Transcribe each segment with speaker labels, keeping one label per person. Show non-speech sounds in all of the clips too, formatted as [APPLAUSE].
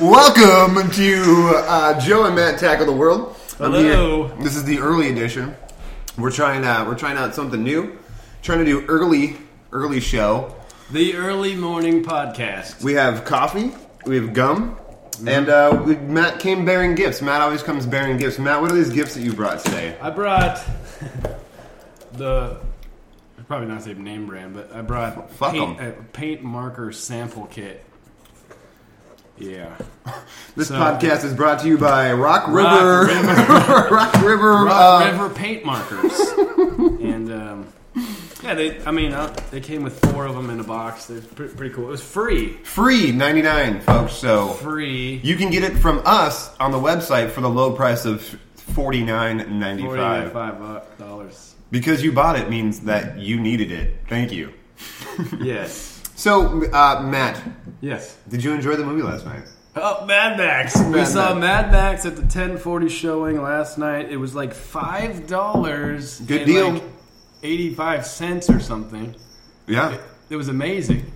Speaker 1: Welcome to uh, Joe and Matt Tackle the World. I'm
Speaker 2: Hello.
Speaker 1: here. This is the early edition. We're trying uh, we're trying out something new. Trying to do early early show.
Speaker 2: The early morning podcast.
Speaker 1: We have coffee. We have gum.
Speaker 2: Mm-hmm.
Speaker 1: And uh, we, Matt came bearing gifts. Matt always comes bearing gifts. Matt, what are these gifts that you brought today?
Speaker 2: I brought [LAUGHS] the I'm probably not say name brand, but I brought
Speaker 1: Fuck
Speaker 2: paint,
Speaker 1: 'em.
Speaker 2: a paint marker sample kit. Yeah,
Speaker 1: Uh, This
Speaker 2: So-
Speaker 1: podcast is brought to you by Rock River. [LAUGHS]
Speaker 2: Rock
Speaker 1: Rock River.
Speaker 2: Rock
Speaker 1: uh,
Speaker 2: River paint markers, [LAUGHS] and um, yeah, they. I mean, uh, they came with four of them in a box. They're pretty, pretty cool. It was free,
Speaker 1: Free 99, folks. So
Speaker 2: free.
Speaker 1: You can get it from us on the website for the low price of forty nine ninety
Speaker 2: Forty-five
Speaker 1: five.
Speaker 2: bu- dollars.
Speaker 1: Because you bought it means that you needed it. Thank you. [LAUGHS]
Speaker 2: Yes,
Speaker 1: So, uh, Matt,
Speaker 2: yes.
Speaker 1: did you enjoy the movie last night?
Speaker 2: Oh, Mad Max. we
Speaker 1: Mad
Speaker 2: saw
Speaker 1: Max.
Speaker 2: Mad Max at the 1040 showing last night. It was like $5.
Speaker 1: Good
Speaker 2: and
Speaker 1: deal.
Speaker 2: like 85 cents or something.
Speaker 1: Yeah,
Speaker 2: It was amazing.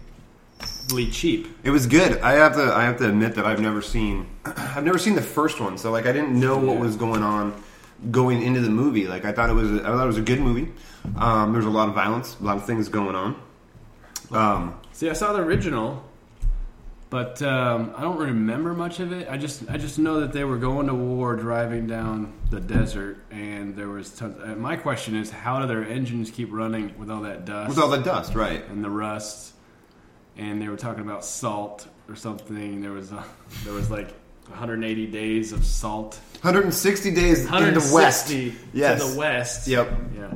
Speaker 2: Really cheap.
Speaker 1: it was good. I have to. I have to admit that I've never seen. [CLEARS THROAT] I've never seen the first one, so like I didn't know what
Speaker 2: Yeah.
Speaker 1: was going on going into the movie. Like I thought it was. A, I thought it was a good movie. Um, there was a lot of violence, a lot of things going on. Um,
Speaker 2: See, I saw the original, but um, I don't remember much of it. I just I just know that they were going to war driving down the desert and there was tons. uh, My question is how do their engines keep running with all that dust?
Speaker 1: with all the dust, right?
Speaker 2: and the rust, and they were talking about salt or something. There was a, there was like 180 days of salt.
Speaker 1: 160 days in the west.
Speaker 2: 160
Speaker 1: Yes.
Speaker 2: to the west.
Speaker 1: Yep.
Speaker 2: Yeah.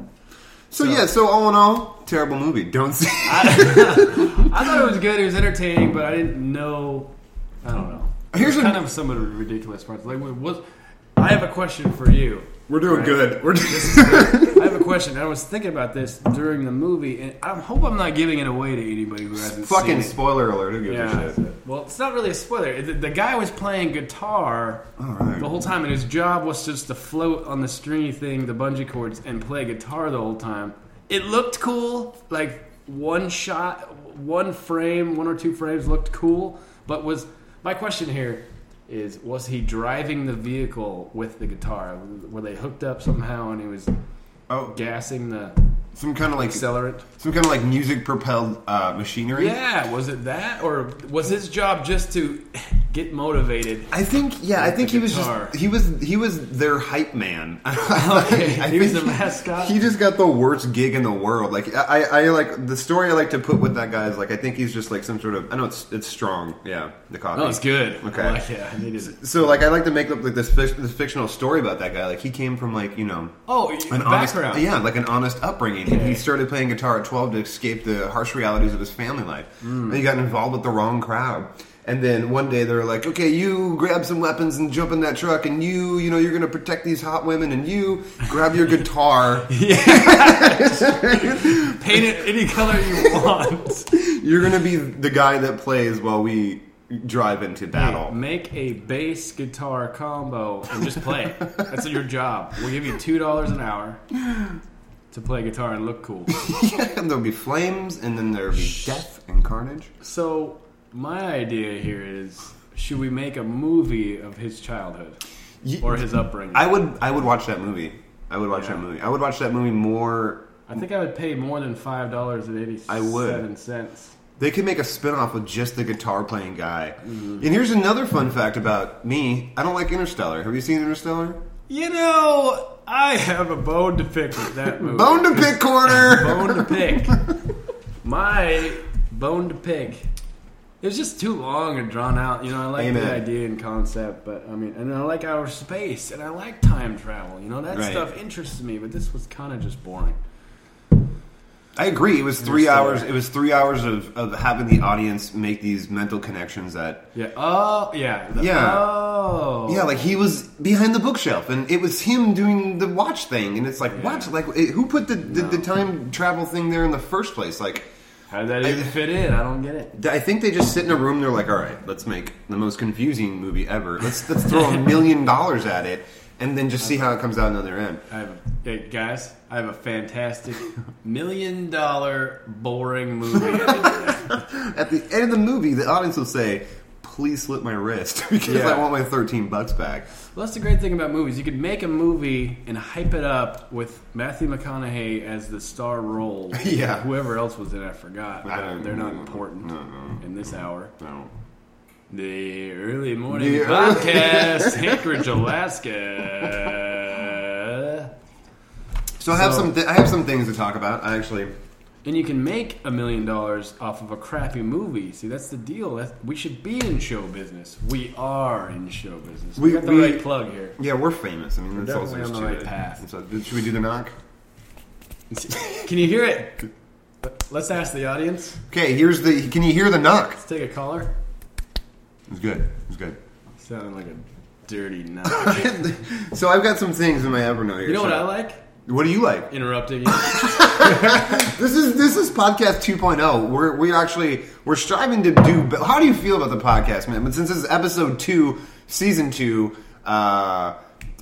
Speaker 1: So, yeah, so all in all, terrible movie. Don't see.
Speaker 2: I thought it was good. It was entertaining, but I didn't know. I don't know.
Speaker 1: [LAUGHS] Here's
Speaker 2: Here's
Speaker 1: a-
Speaker 2: kind of some of the ridiculous parts. Like, what? what- I have a question for you.
Speaker 1: We're doing
Speaker 2: Right.
Speaker 1: good. We're [LAUGHS]
Speaker 2: I have a question. I was thinking about this during the movie, and I hope I'm not giving it away to anybody who hasn't seen
Speaker 1: fucking
Speaker 2: it.
Speaker 1: spoiler alert. Who gives
Speaker 2: Yeah.
Speaker 1: a shit?
Speaker 2: Well, it's not really a spoiler. The, the guy was playing guitar
Speaker 1: Alright.
Speaker 2: the whole time, and his job was just to float on the stringy thing, the bungee cords, and play guitar the whole time. It looked cool, like one shot, one frame, one or two frames looked cool. But was my question here is was he driving the vehicle with the guitar? Were they hooked up somehow, and he was
Speaker 1: Oh,
Speaker 2: gassing the
Speaker 1: some kind of like some
Speaker 2: accelerant?
Speaker 1: kind of like music propelled uh, machinery.
Speaker 2: Yeah, was it that, or was his job just to [LAUGHS] get motivated?
Speaker 1: I think yeah, I
Speaker 2: With
Speaker 1: think
Speaker 2: the
Speaker 1: he was
Speaker 2: guitar.
Speaker 1: just he was he was their hype man. [LAUGHS]
Speaker 2: Okay,
Speaker 1: I
Speaker 2: he was
Speaker 1: think
Speaker 2: the mascot?
Speaker 1: He just got the worst gig in the world. Like I, I, I like the story I like to put with that guy is like I think he's just like some sort of I know it's it's strong. Yeah, the coffee.
Speaker 2: No, Oh, it's good.
Speaker 1: Okay.
Speaker 2: I like it. I needed it.
Speaker 1: So like I like to make up like this, fic- this fictional story about that guy. Like he came from like you know
Speaker 2: Oh,
Speaker 1: an
Speaker 2: background.
Speaker 1: honest yeah like an honest upbringing. And He
Speaker 2: Okay.
Speaker 1: started playing guitar at twelve to escape the harsh realities of his family life.
Speaker 2: Mm.
Speaker 1: And he got involved with the wrong crowd. And then one day they were like, okay, you grab some weapons and jump in that truck, and you you know you're gonna protect these hot women, and you grab your
Speaker 2: [LAUGHS]
Speaker 1: guitar.
Speaker 2: Paint it any color [LAUGHS] you want.
Speaker 1: you're gonna be the guy that plays while we drive
Speaker 2: Hmm.
Speaker 1: into battle. [LAUGHS]
Speaker 2: Make a bass guitar combo and just play. it. That's your job. We'll give you two dollars an hour to play guitar and look cool.
Speaker 1: and there'll be flames, and then there'll be death and carnage.
Speaker 2: So my idea here is: should we make a movie of his childhood
Speaker 1: Ye-
Speaker 2: or his upbringing?
Speaker 1: I would I would watch that movie. I would watch
Speaker 2: Yeah.
Speaker 1: that movie. I would watch that movie more.
Speaker 2: I think I would pay more than five dollars and
Speaker 1: I
Speaker 2: eighty-seven
Speaker 1: would.
Speaker 2: cents.
Speaker 1: They could make a spin-off with just the guitar playing guy.
Speaker 2: Mm-hmm.
Speaker 1: And here's another fun fact about me. I don't like Interstellar. Have you seen Interstellar?
Speaker 2: You know, I have a bone to pick with that movie.
Speaker 1: Bone to pick
Speaker 2: [LAUGHS]
Speaker 1: corner.
Speaker 2: bone to pick. My bone to pick. It was just too long and drawn out. You know, I like
Speaker 1: Amen.
Speaker 2: the idea and concept, but I mean, and I like outer space, and I like time travel. You know, that
Speaker 1: Right.
Speaker 2: stuff interests me. But this was kind of just boring.
Speaker 1: I agree. It was 3
Speaker 2: Interstellar.
Speaker 1: hours. It was 3 hours of, of having the audience make these mental connections that
Speaker 2: Yeah. Oh, yeah. The-
Speaker 1: Yeah.
Speaker 2: Oh.
Speaker 1: Yeah, like he was behind the bookshelf, and it was him doing the watch thing, and it's like,
Speaker 2: Yeah.
Speaker 1: what? Like, it, who put the, the, the time travel thing there in the first place? Like,
Speaker 2: How did that even
Speaker 1: I-
Speaker 2: fit in? I don't get it.
Speaker 1: I think they just sit in a room. They're like, all right, let's make the most confusing movie ever. Let's let's throw a million dollars at it, and then just see how it comes out on the other end.
Speaker 2: I have, a, hey, guys, I have a
Speaker 1: [LAUGHS]
Speaker 2: fantastic million dollar boring movie.
Speaker 1: At the end of the movie, the audience will say, please slit my wrist [LAUGHS] because
Speaker 2: Yeah.
Speaker 1: I want my 13 bucks back.
Speaker 2: Well, that's the great thing about movies. You could make a movie and hype it up with Matthew McConaughey as the star role.
Speaker 1: [LAUGHS] Yeah.
Speaker 2: Whoever else was in it, I forgot.
Speaker 1: I don't-
Speaker 2: They're not
Speaker 1: no,
Speaker 2: important
Speaker 1: no, no.
Speaker 2: in this hour.
Speaker 1: No.
Speaker 2: The Early Morning
Speaker 1: The early- [LAUGHS]
Speaker 2: Podcast, Anchorage, Alaska.
Speaker 1: So I have
Speaker 2: So-
Speaker 1: some th- I have some things to talk about. I actually
Speaker 2: And you can make a million dollars off of a crappy movie. See, that's the deal. That's, we should be in show business. We are in show business. We,
Speaker 1: We-
Speaker 2: got the
Speaker 1: we-
Speaker 2: right plug here.
Speaker 1: yeah we're famous. I mean that's also
Speaker 2: definitely on the
Speaker 1: just
Speaker 2: right
Speaker 1: too-
Speaker 2: path.
Speaker 1: So, should we do the knock?
Speaker 2: Can you hear it? Let's ask the audience.
Speaker 1: Okay, here's the. Can you hear the knock?
Speaker 2: Let's take a caller.
Speaker 1: It's good. It's good. [LAUGHS]
Speaker 2: Sounded like a [LAUGHS] dirty knock.
Speaker 1: so I've got some things in my Evernote here.
Speaker 2: you know what
Speaker 1: so-
Speaker 2: I like?
Speaker 1: What do you like?
Speaker 2: Interrupting you.
Speaker 1: This is this is podcast 2.0. We're we actually we're striving to do. But how do you feel about the podcast, man? But since this is episode two, season two, uh,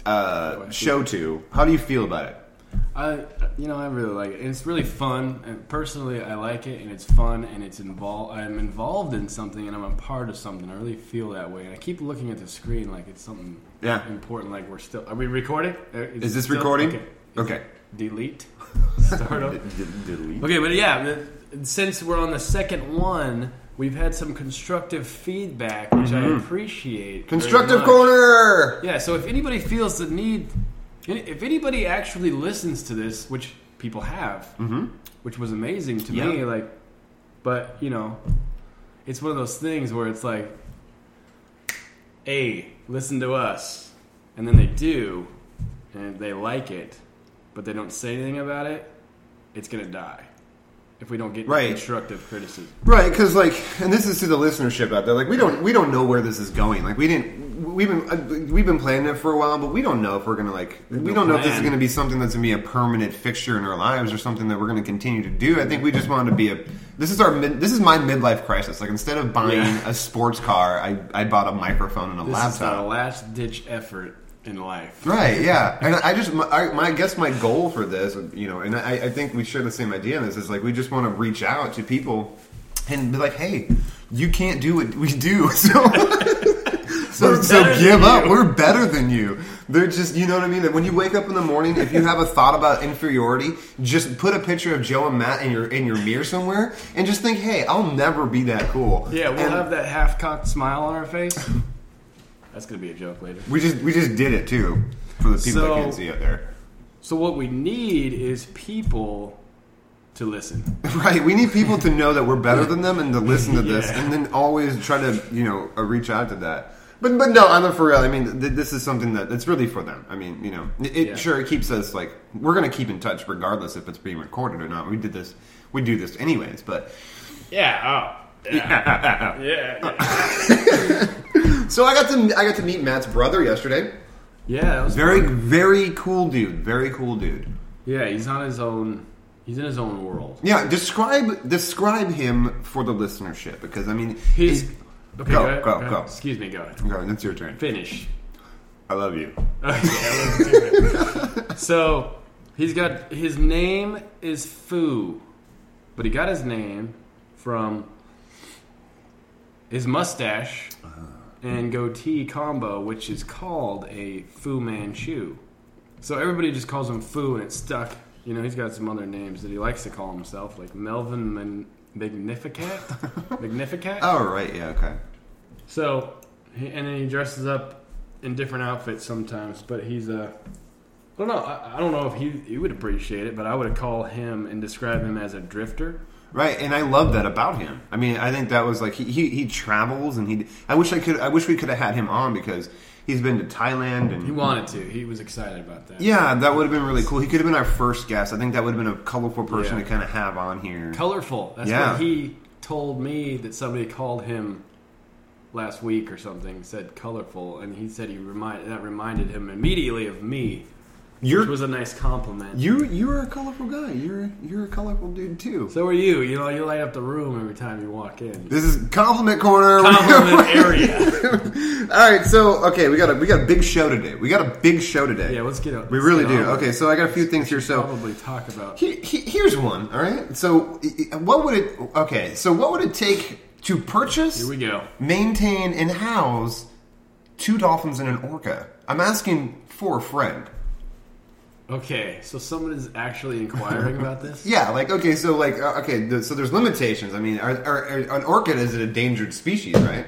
Speaker 1: uh, show two, how do you feel about it?
Speaker 2: [LAUGHS] I, you know, I really like it. And it's really fun. And personally, I like it, and it's fun, and it's involved. I'm involved in something, and I'm a part of something. I really feel that way. And I keep looking at the screen like it's something
Speaker 1: Yeah.
Speaker 2: important. Like we're still. Are we recording? Uh,
Speaker 1: Is
Speaker 2: it
Speaker 1: this
Speaker 2: still-
Speaker 1: recording?
Speaker 2: Okay.
Speaker 1: Okay.
Speaker 2: [LAUGHS] Delete. Start up. Okay, but yeah, the- since we're on the second one, we've had some constructive feedback, which I appreciate. very
Speaker 1: Mm-hmm. Constructive
Speaker 2: much.
Speaker 1: corner.
Speaker 2: Yeah, so if anybody feels the need, if anybody actually listens to this, which people have, which was amazing to me,
Speaker 1: Mm-hmm. Yeah.
Speaker 2: like, but you know, it's one of those things where it's like, hey, listen to us, and then they do, and they like it, but they don't say anything about it. It's gonna die if we don't get
Speaker 1: Right.
Speaker 2: constructive criticism.
Speaker 1: Right, because like, and this is to the listenership out there. Like, we don't we don't know where this is going. Like, we didn't we've been uh, we've been planning it for a while, but we don't know if we're gonna like we don't know if this is
Speaker 2: plan.
Speaker 1: gonna be something that's gonna be a permanent fixture in our lives or something that we're gonna continue to do. I think we just wanted to be a. This is our mid, this is my midlife crisis. Like, instead of buying
Speaker 2: Yeah.
Speaker 1: a sports car, I I bought a microphone and a
Speaker 2: This is
Speaker 1: laptop.
Speaker 2: our last ditch effort in life.
Speaker 1: Right, yeah, and I just my, I, my I guess my goal for this, you know, and I, I think we share the same idea on this is like we just want to reach out to people and be like, hey, you can't do what we do, [LAUGHS]
Speaker 2: [LAUGHS]
Speaker 1: so so,
Speaker 2: We're
Speaker 1: so
Speaker 2: better
Speaker 1: give
Speaker 2: than
Speaker 1: up.
Speaker 2: you.
Speaker 1: We're better than you. They're just, you know what I mean. That when you wake up in the morning, if you have a thought about inferiority, just put a picture of Joe and Matt in your in your mirror somewhere, and just think, hey, I'll never be that cool.
Speaker 2: Yeah, we'll
Speaker 1: And-
Speaker 2: have that half cocked smile on our face. That's gonna be a joke later.
Speaker 1: We just we just did it too for the people
Speaker 2: So-
Speaker 1: that can't see out there.
Speaker 2: So what we need is people to listen.
Speaker 1: [LAUGHS] Right. We need people to know that we're better than them and to listen to this,
Speaker 2: Yeah.
Speaker 1: and then always try to you know uh, reach out to that. But but no, I'm for real. I mean, th- this is something that it's really for them. I mean, you know, it, it-
Speaker 2: Yeah.
Speaker 1: sure it keeps us like we're gonna keep in touch regardless if it's being recorded or not. We did this. We do this anyways, but
Speaker 2: Yeah. Oh. [LAUGHS] Yeah. yeah.
Speaker 1: so I got to I got to meet Matt's brother yesterday.
Speaker 2: Yeah. That was
Speaker 1: Very very cool dude. Very cool dude.
Speaker 2: yeah. He's on his own. He's in his own world.
Speaker 1: Yeah. Describe describe him for the listenership because I mean
Speaker 2: He's
Speaker 1: it-
Speaker 2: okay.
Speaker 1: Go,
Speaker 2: ahead,
Speaker 1: go,
Speaker 2: ahead.
Speaker 1: go.
Speaker 2: Excuse me. Go. ahead.
Speaker 1: Okay, it's your turn.
Speaker 2: Finish.
Speaker 1: I love you.
Speaker 2: Okay, let's do it. so he's got his name is Foo, but he got his name from his mustache and goatee combo, which is called a Fu Manchu. So everybody just calls him Fu, and it's stuck. You know, he's got some other names that he likes to call himself, like Melvin Man- Magnificat. Magnificat.
Speaker 1: Oh right. Yeah. Okay.
Speaker 2: So, he- and then he dresses up in different outfits sometimes, but he's a. I don't know. I, I don't know if he, he would appreciate it, but I would call him and describe him as a drifter.
Speaker 1: Right, and I love that about him. I mean, I think that was like he, he, he travels and he. I wish I could. I wish we could have had him on because he's been to Thailand and
Speaker 2: He wanted to. He was excited about that.
Speaker 1: Mm-hmm. yeah, that would have been really cool. He could have been our first guest. I think that would have been a colorful person
Speaker 2: Yeah.
Speaker 1: to kind of have on here.
Speaker 2: Colorful. That's
Speaker 1: Yeah.
Speaker 2: what he told me that somebody called him last week or something. Said colorful, and he said he remind that reminded him immediately of me, which
Speaker 1: You're
Speaker 2: was a nice compliment.
Speaker 1: you you're a colorful guy. You're you're a colorful dude too.
Speaker 2: so are you. You know, you light up the room every time you
Speaker 1: [LAUGHS]
Speaker 2: walk in.
Speaker 1: This is compliment corner. [LAUGHS]
Speaker 2: Compliment area.
Speaker 1: All right, so okay, we got a we got a big show today. We got a big show today.
Speaker 2: Yeah, let's get it.
Speaker 1: we really
Speaker 2: let's get
Speaker 1: do.
Speaker 2: on.
Speaker 1: Okay, so I got a few things here. So
Speaker 2: probably talk about.
Speaker 1: He, he, here's one. All right. So, i- i- what would it? Okay. So, what would it take to purchase,
Speaker 2: Here we go.
Speaker 1: maintain, and house two dolphins and an orca. I'm asking for a friend.
Speaker 2: Okay, so someone is actually inquiring
Speaker 1: [LAUGHS]
Speaker 2: about this.
Speaker 1: Yeah, like okay, so like uh, okay, th- so there's limitations. I mean, are, are, are, an orchid is an endangered species, right?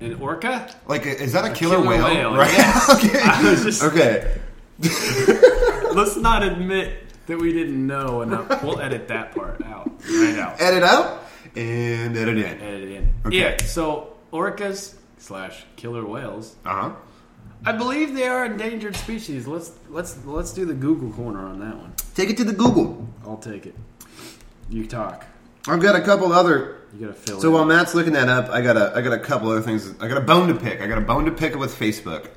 Speaker 2: An orca?
Speaker 1: Like, is that a, killer,
Speaker 2: killer
Speaker 1: whale?
Speaker 2: whale,
Speaker 1: Right?
Speaker 2: yes.
Speaker 1: [LAUGHS] okay.
Speaker 2: I was just-
Speaker 1: okay.
Speaker 2: Let's not admit that we didn't know enough. We'll edit that part out right out.
Speaker 1: Edit out and edit in. Uh
Speaker 2: Edit it in.
Speaker 1: Okay.
Speaker 2: Yeah. So orcas slash killer whales.
Speaker 1: huh.
Speaker 2: I believe they are endangered species. Let's let's let's do the Google corner on that one.
Speaker 1: Take it to the Google.
Speaker 2: I'll take it. You talk.
Speaker 1: I've got a couple other.
Speaker 2: You gotta fill
Speaker 1: So um,
Speaker 2: in.
Speaker 1: while Matt's looking that up, I got a I got a couple other things. I got a bone to pick. I got a bone to pick with Facebook.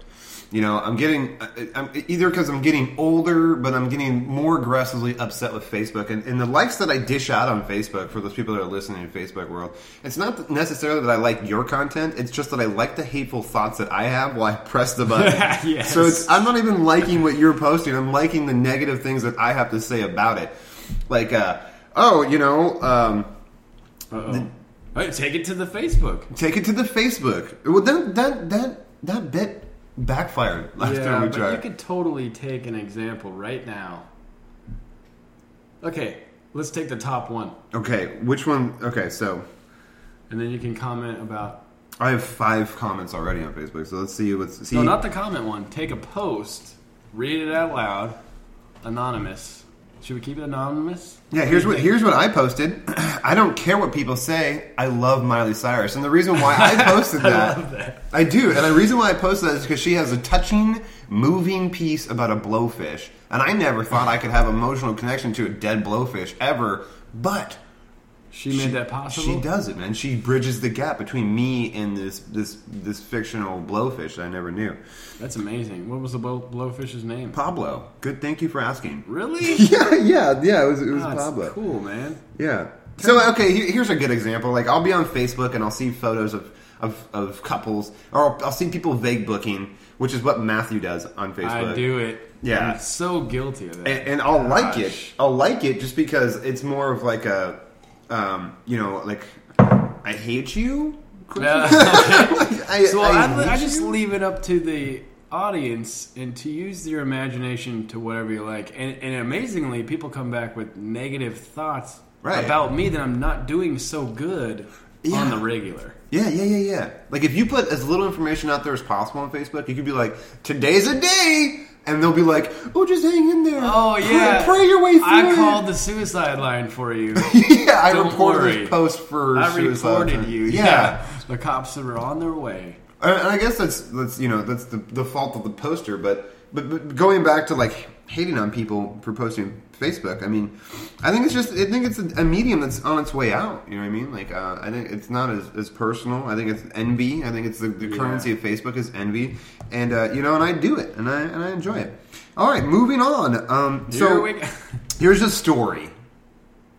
Speaker 1: You know, I'm getting I- I'm, either because I'm getting older, but I'm getting more aggressively upset with Facebook and, and the likes that I dish out on Facebook for those people that are listening in Facebook world. It's not necessarily that I like your content. It's just that I like the hateful thoughts that I have while I press the button.
Speaker 2: Yes.
Speaker 1: So it's I'm not even liking what you're posting. I'm liking the negative things that I have to say about it. Like, uh, oh, you know. Um,
Speaker 2: Uh-oh. All right, take it to the Facebook.
Speaker 1: Take it to the Facebook. Well, that that that that bit backfired [LAUGHS] last time
Speaker 2: Yeah,
Speaker 1: we
Speaker 2: but
Speaker 1: tried.
Speaker 2: you could totally take an example right now. Okay, let's take the top one,
Speaker 1: Okay, which one? Okay, so
Speaker 2: and then you can comment about.
Speaker 1: I have five comments already on Facebook. So let's see what's see.
Speaker 2: No, not the comment one. Take a post, read it out loud, anonymous. Should we keep it anonymous?
Speaker 1: yeah, here's what here's what I posted. [CLEARS THROAT] I don't care what people say. I love Miley Cyrus, and the reason why
Speaker 2: [LAUGHS]
Speaker 1: I posted that, I
Speaker 2: love that.
Speaker 1: do, and the reason why I posted that is because she has a touching, moving piece about a blowfish, and I never thought I could have emotional connection to a dead blowfish ever, but.
Speaker 2: She made that possible.
Speaker 1: She does it, man. She bridges the gap between me and this this this fictional blowfish that I never knew.
Speaker 2: That's amazing. What was the blow, blowfish's name?
Speaker 1: Pablo, good. Thank you for asking. [LAUGHS]
Speaker 2: Really?
Speaker 1: Yeah, yeah, yeah. It was it was
Speaker 2: Ah, it's cool, man.
Speaker 1: Yeah. So okay, here- here's a good example. Like I'll be on Facebook and I'll see photos of of, of couples, or I'll, I'll see people vague booking, which is what Matthew does on Facebook.
Speaker 2: I do it.
Speaker 1: Yeah.
Speaker 2: I'm so guilty of that. [LAUGHS]
Speaker 1: and, and I'll like it.
Speaker 2: Gosh.
Speaker 1: I'll like it just because it's more of like a, um, you know, like I hate you. [LAUGHS]
Speaker 2: Yeah.
Speaker 1: Like, I,
Speaker 2: so
Speaker 1: I
Speaker 2: I, I,
Speaker 1: hate
Speaker 2: just
Speaker 1: you?
Speaker 2: leave it up to the audience and to use your imagination to whatever you like. And, and amazingly, people come back with negative thoughts
Speaker 1: Right.
Speaker 2: about me that I'm not doing so good on
Speaker 1: Yeah.
Speaker 2: the regular.
Speaker 1: Yeah, yeah, yeah, yeah. Like if you put as little information out there as possible on Facebook, you could be like, "Today's a day," and they'll be like, "Oh, just hang in there.
Speaker 2: Oh
Speaker 1: Pray-
Speaker 2: yeah,
Speaker 1: pray, your way through."
Speaker 2: I
Speaker 1: it."
Speaker 2: called the suicide line for you.
Speaker 1: [LAUGHS] yeah, I
Speaker 2: Don't
Speaker 1: reported
Speaker 2: worry.
Speaker 1: this post [LAUGHS] for.
Speaker 2: I
Speaker 1: suicide.
Speaker 2: reported you.
Speaker 1: Yeah.
Speaker 2: the cops are on their way.
Speaker 1: And and I guess that's that's you know that's the, the fault of the poster, but, but but going back to like hating on people for posting Facebook, I mean, I think it's just I think it's a, a medium that's on its way out. You know what I mean? Like uh, I think it's not as, as personal. I think it's envy. I think it's the, the currency of Facebook is envy, and uh, you know, and I do it, and I and I enjoy it. All right, moving on. Um,
Speaker 2: Here
Speaker 1: so
Speaker 2: we go. [LAUGHS]
Speaker 1: here's a story.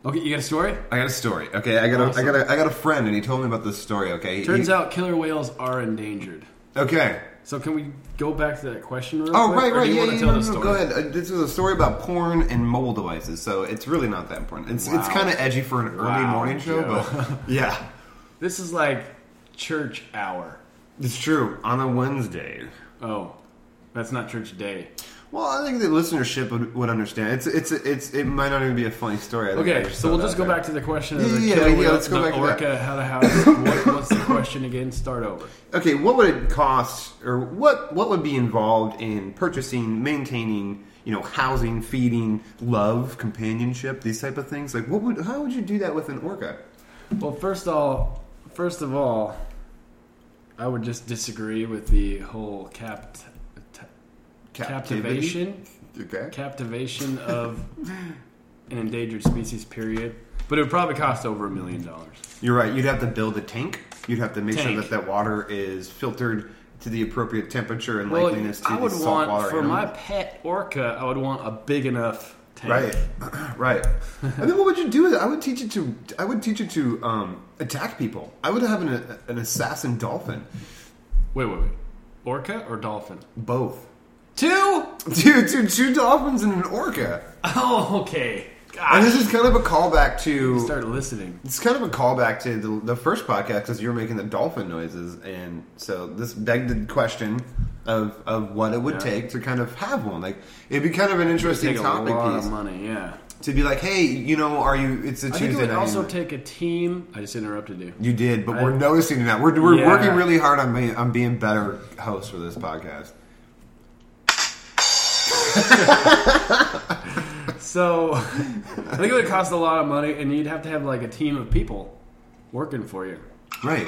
Speaker 2: Okay, you got a story?
Speaker 1: I got a story. Okay, I got a, I
Speaker 2: Awesome.
Speaker 1: got a, I got a friend, and he told me about this story. Okay,
Speaker 2: Turns
Speaker 1: He-
Speaker 2: out killer whales are endangered.
Speaker 1: Okay,
Speaker 2: So can we go back to that question real
Speaker 1: Oh
Speaker 2: quick?
Speaker 1: right,
Speaker 2: or
Speaker 1: right,
Speaker 2: do you
Speaker 1: yeah,
Speaker 2: want
Speaker 1: yeah.
Speaker 2: to tell
Speaker 1: no,
Speaker 2: the
Speaker 1: no,
Speaker 2: story?
Speaker 1: go ahead. Uh, this is a story about porn and mobile devices, so it's really not that important. It's it's
Speaker 2: Wow.
Speaker 1: kind of edgy for an early
Speaker 2: Wow,
Speaker 1: morning show,
Speaker 2: Joe.
Speaker 1: but
Speaker 2: [LAUGHS]
Speaker 1: yeah,
Speaker 2: This is like church hour.
Speaker 1: it's true on a Wednesday.
Speaker 2: Oh, that's not church day.
Speaker 1: Well, I think the listenership would, would understand. It's it's it's it might not even be a funny story. I think I
Speaker 2: Okay,
Speaker 1: just
Speaker 2: so we'll
Speaker 1: thought
Speaker 2: just
Speaker 1: that
Speaker 2: go back to the question.
Speaker 1: Yeah,
Speaker 2: of the
Speaker 1: yeah,
Speaker 2: killer
Speaker 1: yeah,
Speaker 2: whale,
Speaker 1: let's go
Speaker 2: the
Speaker 1: back to that.
Speaker 2: orca, How
Speaker 1: [LAUGHS]
Speaker 2: to house. What, what's the question again? Start over.
Speaker 1: there. Okay, what would it cost, or what what would be involved in purchasing, maintaining, you know, housing, feeding, love, companionship, these type of things? Like, what would how would you do that with an orca?
Speaker 2: Well, first all, first of all, I would just disagree with the whole capt- t-
Speaker 1: Captivity?
Speaker 2: captivation
Speaker 1: Okay.
Speaker 2: captivation of an endangered species. Period. But it would probably cost over a million dollars.
Speaker 1: You're right. You'd have to build a tank. You'd have to make
Speaker 2: Tank.
Speaker 1: sure that that water is filtered to the appropriate temperature and
Speaker 2: Well,
Speaker 1: likeliness to
Speaker 2: I would
Speaker 1: the
Speaker 2: want
Speaker 1: saltwater.
Speaker 2: for
Speaker 1: animal.
Speaker 2: my pet orca. I would want a big enough tank.
Speaker 1: right, [CLEARS THROAT]
Speaker 2: [LAUGHS]
Speaker 1: right. and then what would you do with it? I would teach it to. I would teach it to um, attack people. I would have an, an assassin dolphin.
Speaker 2: Wait, wait, wait. Orca or dolphin?
Speaker 1: Both. [LAUGHS]
Speaker 2: Two? [LAUGHS]
Speaker 1: Dude, two, two dolphins and an orca.
Speaker 2: Oh, okay.
Speaker 1: And this is kind of a callback to
Speaker 2: Started listening.
Speaker 1: It's kind of a callback to the, the first podcast because you were making the dolphin noises, and so this begged the question of of what it would
Speaker 2: Yeah.
Speaker 1: take to kind of have one. Like it'd be kind of an interesting
Speaker 2: Take a
Speaker 1: topic
Speaker 2: lot
Speaker 1: piece
Speaker 2: of money. Yeah.
Speaker 1: to be like, hey, you know, are you? It's a
Speaker 2: I
Speaker 1: Tuesday
Speaker 2: think it would
Speaker 1: night.
Speaker 2: also
Speaker 1: and-
Speaker 2: take a team. I just interrupted you.
Speaker 1: you did, but
Speaker 2: I-
Speaker 1: we're noticing that we're, we're
Speaker 2: Yeah.
Speaker 1: working really hard on being, on being better hosts for this podcast.
Speaker 2: So [LAUGHS] I think it would cost a lot of money, and you'd have to have like a team of people working for you.
Speaker 1: Right.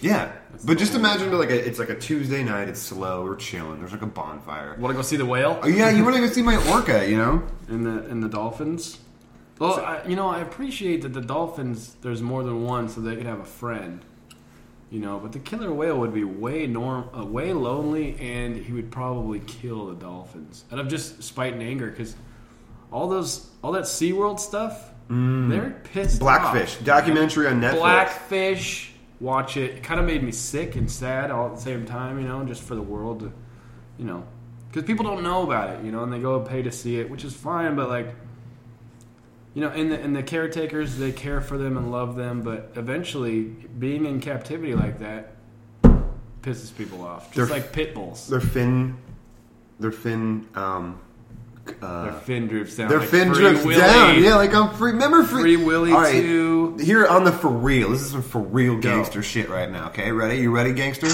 Speaker 1: Yeah, but just imagine like a, it's like a Tuesday night. It's slow. We're chilling. There's like a bonfire.
Speaker 2: Want to go see the whale
Speaker 1: Oh yeah, you want to go see my orca? You know.
Speaker 2: and the and the dolphins? Well, I, you know, I appreciate that the dolphins. There's more than one, so they could have a friend. You know, but the killer whale would be way norm, uh, way lonely, and he would probably kill the dolphins out of just spite and anger because all those all that SeaWorld stuff, they're pissed.
Speaker 1: Blackfish
Speaker 2: off.
Speaker 1: documentary on Netflix.
Speaker 2: Blackfish. Watch it. It kind of made me sick and sad all at the same time, you know, just for the world to, you know, because people don't know about it, you know, and they go pay to see it, which is fine, but like, you know, and the, and the caretakers, they care for them and love them, but eventually being in captivity like that pisses people off. Just
Speaker 1: They're-
Speaker 2: like pit bulls.
Speaker 1: Their fin, their fin, um, uh,
Speaker 2: Their fin droops down.
Speaker 1: their
Speaker 2: like
Speaker 1: fin
Speaker 2: Free
Speaker 1: drifts
Speaker 2: Willy.
Speaker 1: down. Yeah, like on free. Remember free,
Speaker 2: Free Willy
Speaker 1: All right,
Speaker 2: 2.
Speaker 1: Here on the for real. This is some for real
Speaker 2: Go.
Speaker 1: gangster shit right now. Okay, ready? You ready, gangster?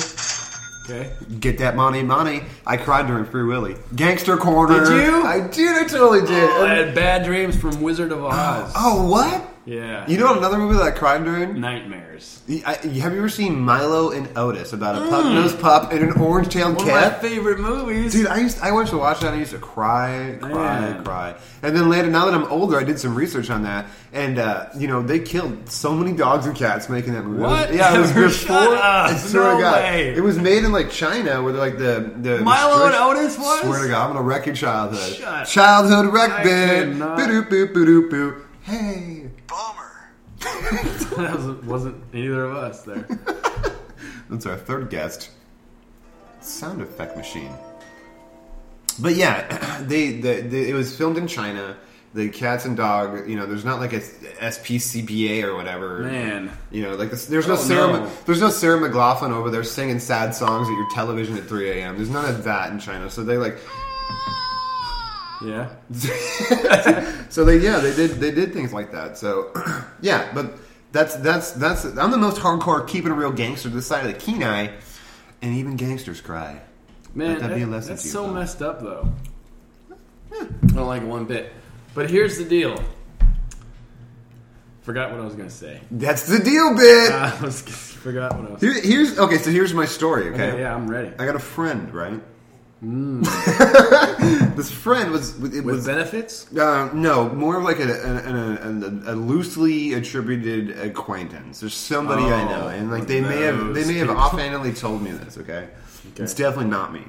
Speaker 2: Okay.
Speaker 1: Get that money, money. I cried during Free Willy. Gangster corner.
Speaker 2: Did you?
Speaker 1: I did. I totally did.
Speaker 2: Oh, I
Speaker 1: And-
Speaker 2: had bad dreams from Wizard of Oz.
Speaker 1: [GASPS] oh, what?
Speaker 2: Yeah.
Speaker 1: You know what another movie that I cried during?
Speaker 2: Nightmares.
Speaker 1: I, have you ever seen Milo and Otis about a pup nosed pup and an orange tailed
Speaker 2: Mm. One
Speaker 1: cat?
Speaker 2: of my favorite movies. [LAUGHS]
Speaker 1: Dude, I used I used to watch that. and I used to cry, cry,
Speaker 2: Man.
Speaker 1: cry. And then later, now that I'm older, I did some research on that, and uh, you know they killed so many dogs and cats making that movie.
Speaker 2: What?
Speaker 1: Yeah, it was
Speaker 2: [LAUGHS] Shut
Speaker 1: before.
Speaker 2: up.
Speaker 1: I swear
Speaker 2: No
Speaker 1: to God,
Speaker 2: way.
Speaker 1: it was made in like China, where they're like the the
Speaker 2: Milo and
Speaker 1: restrict-
Speaker 2: Otis was?
Speaker 1: Swear to God, I'm gonna wreck your childhood.
Speaker 2: Shut-
Speaker 1: Childhood
Speaker 2: I
Speaker 1: wreck band.
Speaker 2: cannot.
Speaker 1: Boop boop boop boop. Hey.
Speaker 3: Bomber.
Speaker 2: that was, wasn't either of us there.
Speaker 1: That's our third guest. Sound effect machine. But yeah, [CLEARS THROAT] they, the the it was filmed in China. The cats and dog, you know, there's not like a SPCPA or whatever.
Speaker 2: Man.
Speaker 1: You know, like this, there's no
Speaker 2: Oh,
Speaker 1: Sarah,
Speaker 2: no.
Speaker 1: there's no Sarah McLaughlin over there singing sad songs at your television at 3 a.m. There's none of that in China. So they like,
Speaker 2: Yeah.
Speaker 1: [LAUGHS] so they yeah, they did they did things like that. So [CLEARS THROAT] yeah, but that's that's that's I'm the most hardcore keeping a real gangster this side of the Kenai, and even gangsters cry.
Speaker 2: Man,
Speaker 1: Let that be a
Speaker 2: that-
Speaker 1: lesson to
Speaker 2: that's
Speaker 1: you,
Speaker 2: so
Speaker 1: Tom.
Speaker 2: messed up, though. I don't like it one bit. But here's the deal. Forgot what I was going to [LAUGHS] say.
Speaker 1: That's the deal, bit.
Speaker 2: I was, forgot what I was
Speaker 1: Here- here's okay. So here's my story. Okay,
Speaker 2: Okay, yeah, I'm ready.
Speaker 1: I got a friend, right? [LAUGHS] this friend was it
Speaker 2: With
Speaker 1: was
Speaker 2: benefits?
Speaker 1: uh, no more of like a, an an a, a loosely attributed acquaintance. There's somebody I know,
Speaker 2: Oh,
Speaker 1: and like
Speaker 2: one
Speaker 1: they
Speaker 2: of
Speaker 1: may have they
Speaker 2: those
Speaker 1: may have
Speaker 2: people.
Speaker 1: offhandedly told me this. Okay,
Speaker 2: Oh, Okay.
Speaker 1: it's definitely not me.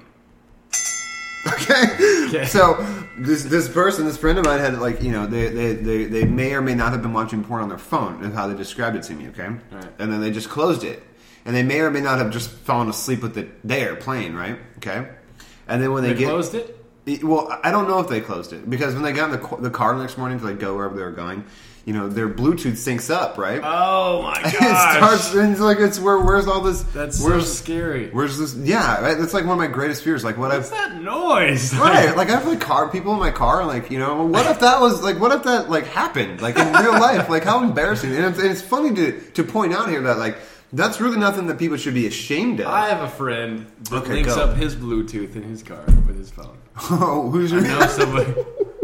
Speaker 1: Okay?
Speaker 2: Okay.
Speaker 1: so this this person, this friend of mine, had like you know they they, they they may or may not have been watching porn on their phone, is how they described it to me. Okay,
Speaker 2: Alright.
Speaker 1: and then they just closed it, and they may or may not have just fallen asleep with it there playing, right? Okay, and then when they,
Speaker 2: They
Speaker 1: get
Speaker 2: closed it?
Speaker 1: it- well, I don't know if they closed it because when they got in the, qu- the car the next morning to like go wherever they were going, you know their Bluetooth syncs up, right?
Speaker 2: Oh, [LAUGHS] my
Speaker 1: [LAUGHS]
Speaker 2: gosh.
Speaker 1: it starts and it's like it's where where's all this
Speaker 2: that's so
Speaker 1: where's
Speaker 2: scary.
Speaker 1: where's this yeah right? that's like one of my greatest fears like what I've
Speaker 2: What's that noise?
Speaker 1: [LAUGHS] Right, like I have like car people in my car, like you know, what if that was like, what if that like happened, like in
Speaker 2: [LAUGHS]
Speaker 1: real life, like how embarrassing! And it's, and it's funny to to point out here that like that's really nothing that people should be ashamed of.
Speaker 2: I have a friend that
Speaker 1: Okay,
Speaker 2: links
Speaker 1: go.
Speaker 2: up his Bluetooth in his car with his phone.
Speaker 1: oh, [LAUGHS] who's your?
Speaker 2: I know [LAUGHS] somebody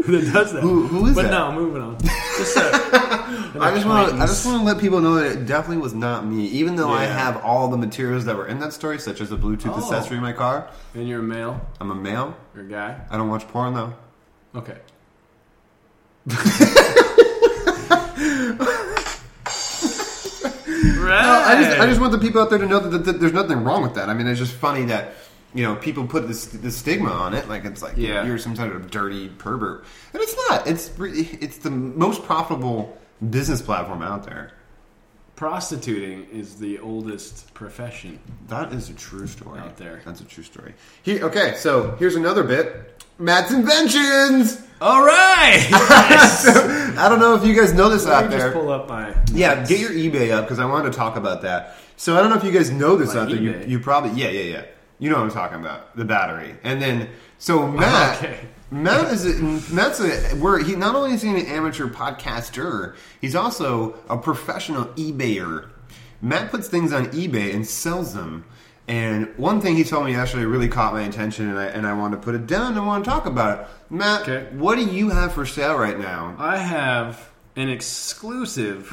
Speaker 2: that does that.
Speaker 1: Who- who is
Speaker 2: but
Speaker 1: that?
Speaker 2: no, moving on. Just a,
Speaker 1: [LAUGHS]
Speaker 2: an
Speaker 1: I just want to I
Speaker 2: acquaintance.
Speaker 1: just want to let people know that it definitely was not me, even though I
Speaker 2: Yeah.
Speaker 1: have all the materials that were in that story, such as a Bluetooth
Speaker 2: Oh.
Speaker 1: accessory in my car.
Speaker 2: And you're a male,
Speaker 1: I'm a male.
Speaker 2: you're a guy.
Speaker 1: I don't watch porn though.
Speaker 2: Okay.
Speaker 1: [LAUGHS]
Speaker 2: right.
Speaker 1: I just, I just want the people out there to know that, that, that there's nothing wrong with that. I mean, it's just funny that you know people put this, this stigma on it, like it's like
Speaker 2: Yeah.
Speaker 1: you're some sort of dirty pervert, and it's not. It's re- it's the most profitable business platform out there.
Speaker 2: Prostituting is the oldest profession.
Speaker 1: That is a true story
Speaker 2: Out there.
Speaker 1: That's a true story. He, okay, so here's another bit. Matt's inventions.
Speaker 2: All right.
Speaker 1: [LAUGHS]
Speaker 2: Yes.
Speaker 1: I don't know if you guys know this out
Speaker 2: Let me just
Speaker 1: there.
Speaker 2: pull up my.
Speaker 1: Yeah, get your eBay up because I wanted to talk about that. So I don't know if you guys know this
Speaker 2: My
Speaker 1: out there. You,
Speaker 2: eBay?
Speaker 1: you probably yeah yeah yeah. You know what I'm talking about the battery. And then so Matt
Speaker 2: [LAUGHS] Okay.
Speaker 1: Matt is a, Matt's a where he not only is he an amateur podcaster, he's also a professional eBayer. Matt puts things on eBay and sells them. And one thing he told me actually really caught my attention, and I and I wanted to put it down and want to talk about it. Matt,
Speaker 2: Okay.
Speaker 1: what do you have for sale right now?
Speaker 2: I have an
Speaker 1: [LAUGHS]
Speaker 2: exclusive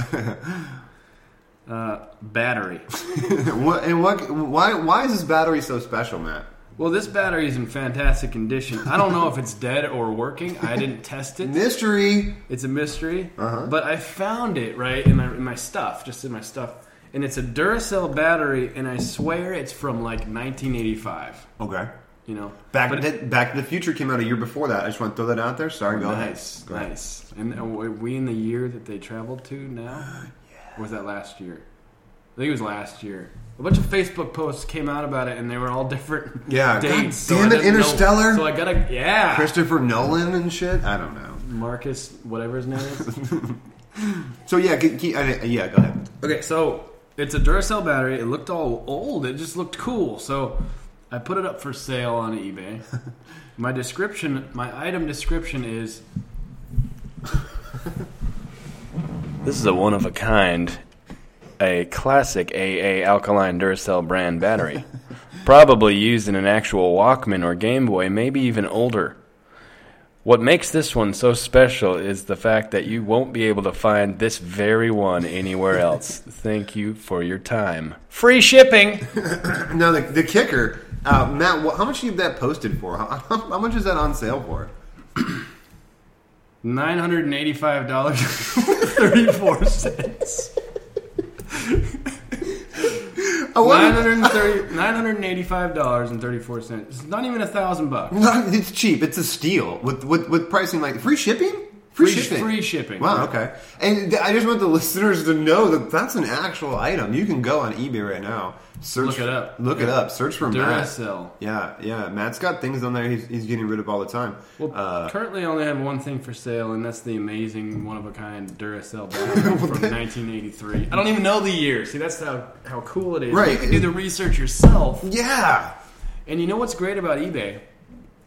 Speaker 2: uh,
Speaker 1: [LAUGHS]
Speaker 2: battery.
Speaker 1: what, and what? Why? Why is this battery so special, Matt?
Speaker 2: Well, this battery is in fantastic condition. I don't know if it's dead or working. I didn't
Speaker 1: [LAUGHS]
Speaker 2: test it.
Speaker 1: Mystery.
Speaker 2: It's a mystery.
Speaker 1: Uh-huh.
Speaker 2: But I found it right in my in my stuff, just in my stuff, and it's a Duracell battery, and I swear it's from like 1985.
Speaker 1: Okay.
Speaker 2: You know,
Speaker 1: Back
Speaker 2: But-
Speaker 1: to, Back to the Future came out a year before that. I just want to throw that out there. Sorry. Go
Speaker 2: nice,
Speaker 1: ahead. Go ahead.
Speaker 2: nice. And are we in the year that they traveled to
Speaker 1: Uh,
Speaker 2: now? Or was that last year? I think it was last year. A bunch of Facebook posts came out about it, and they were all [LAUGHS] different
Speaker 1: Yeah.
Speaker 2: dates.
Speaker 1: God
Speaker 2: so I
Speaker 1: damn it,
Speaker 2: didn't know.
Speaker 1: Interstellar.
Speaker 2: So I gotta, yeah.
Speaker 1: Christopher Nolan and shit. I don't know.
Speaker 2: Marcus, whatever his name [LAUGHS] is.
Speaker 1: So yeah, keep, keep, I- yeah. Go ahead.
Speaker 2: okay, so it's a Duracell battery. It looked all old. It just looked cool. So I put it up for sale on [LAUGHS] eBay. my description, my item description is. This is a one of a kind, a classic AA alkaline Duracell brand battery. [LAUGHS] Probably used in an actual Walkman or Game Boy, maybe even older. What makes this one so special is the fact that you won't be able to find this very one anywhere [LAUGHS] else. Thank you for your time. Free shipping.
Speaker 1: Now the, the kicker, uh, Matt. What, how much you have that posted for? How, [LAUGHS] how, how much is that on sale for?
Speaker 2: Nine hundred and eighty-five dollars thirty-four cents.
Speaker 1: I
Speaker 2: Nine
Speaker 1: wonder-
Speaker 2: hundred and thirty. Nine hundred and eighty-five dollars and thirty-four cents. It's not even a thousand bucks.
Speaker 1: Not- [LAUGHS] It's cheap. It's a steal with with, with pricing like free shipping. Free,
Speaker 2: Free- free shipping.
Speaker 1: Wow. Okay. And th- I just want the [LAUGHS] listeners to know that that's an actual item. You can go on eBay right now. Search.
Speaker 2: Look it up.
Speaker 1: Look it up. Search for Matt.
Speaker 2: Duracell.
Speaker 1: Yeah, yeah. Matt's got things on there. He's, he's getting rid of all the time.
Speaker 2: Well,
Speaker 1: uh,
Speaker 2: currently I only have one thing for sale, and that's the amazing
Speaker 1: [LAUGHS]
Speaker 2: one-of-a-kind Duracell battery from 1983. I don't even know the year. See, that's how, how cool it is. You
Speaker 1: Right.
Speaker 2: can do the research yourself.
Speaker 1: yeah.
Speaker 2: And you know what's great about eBay?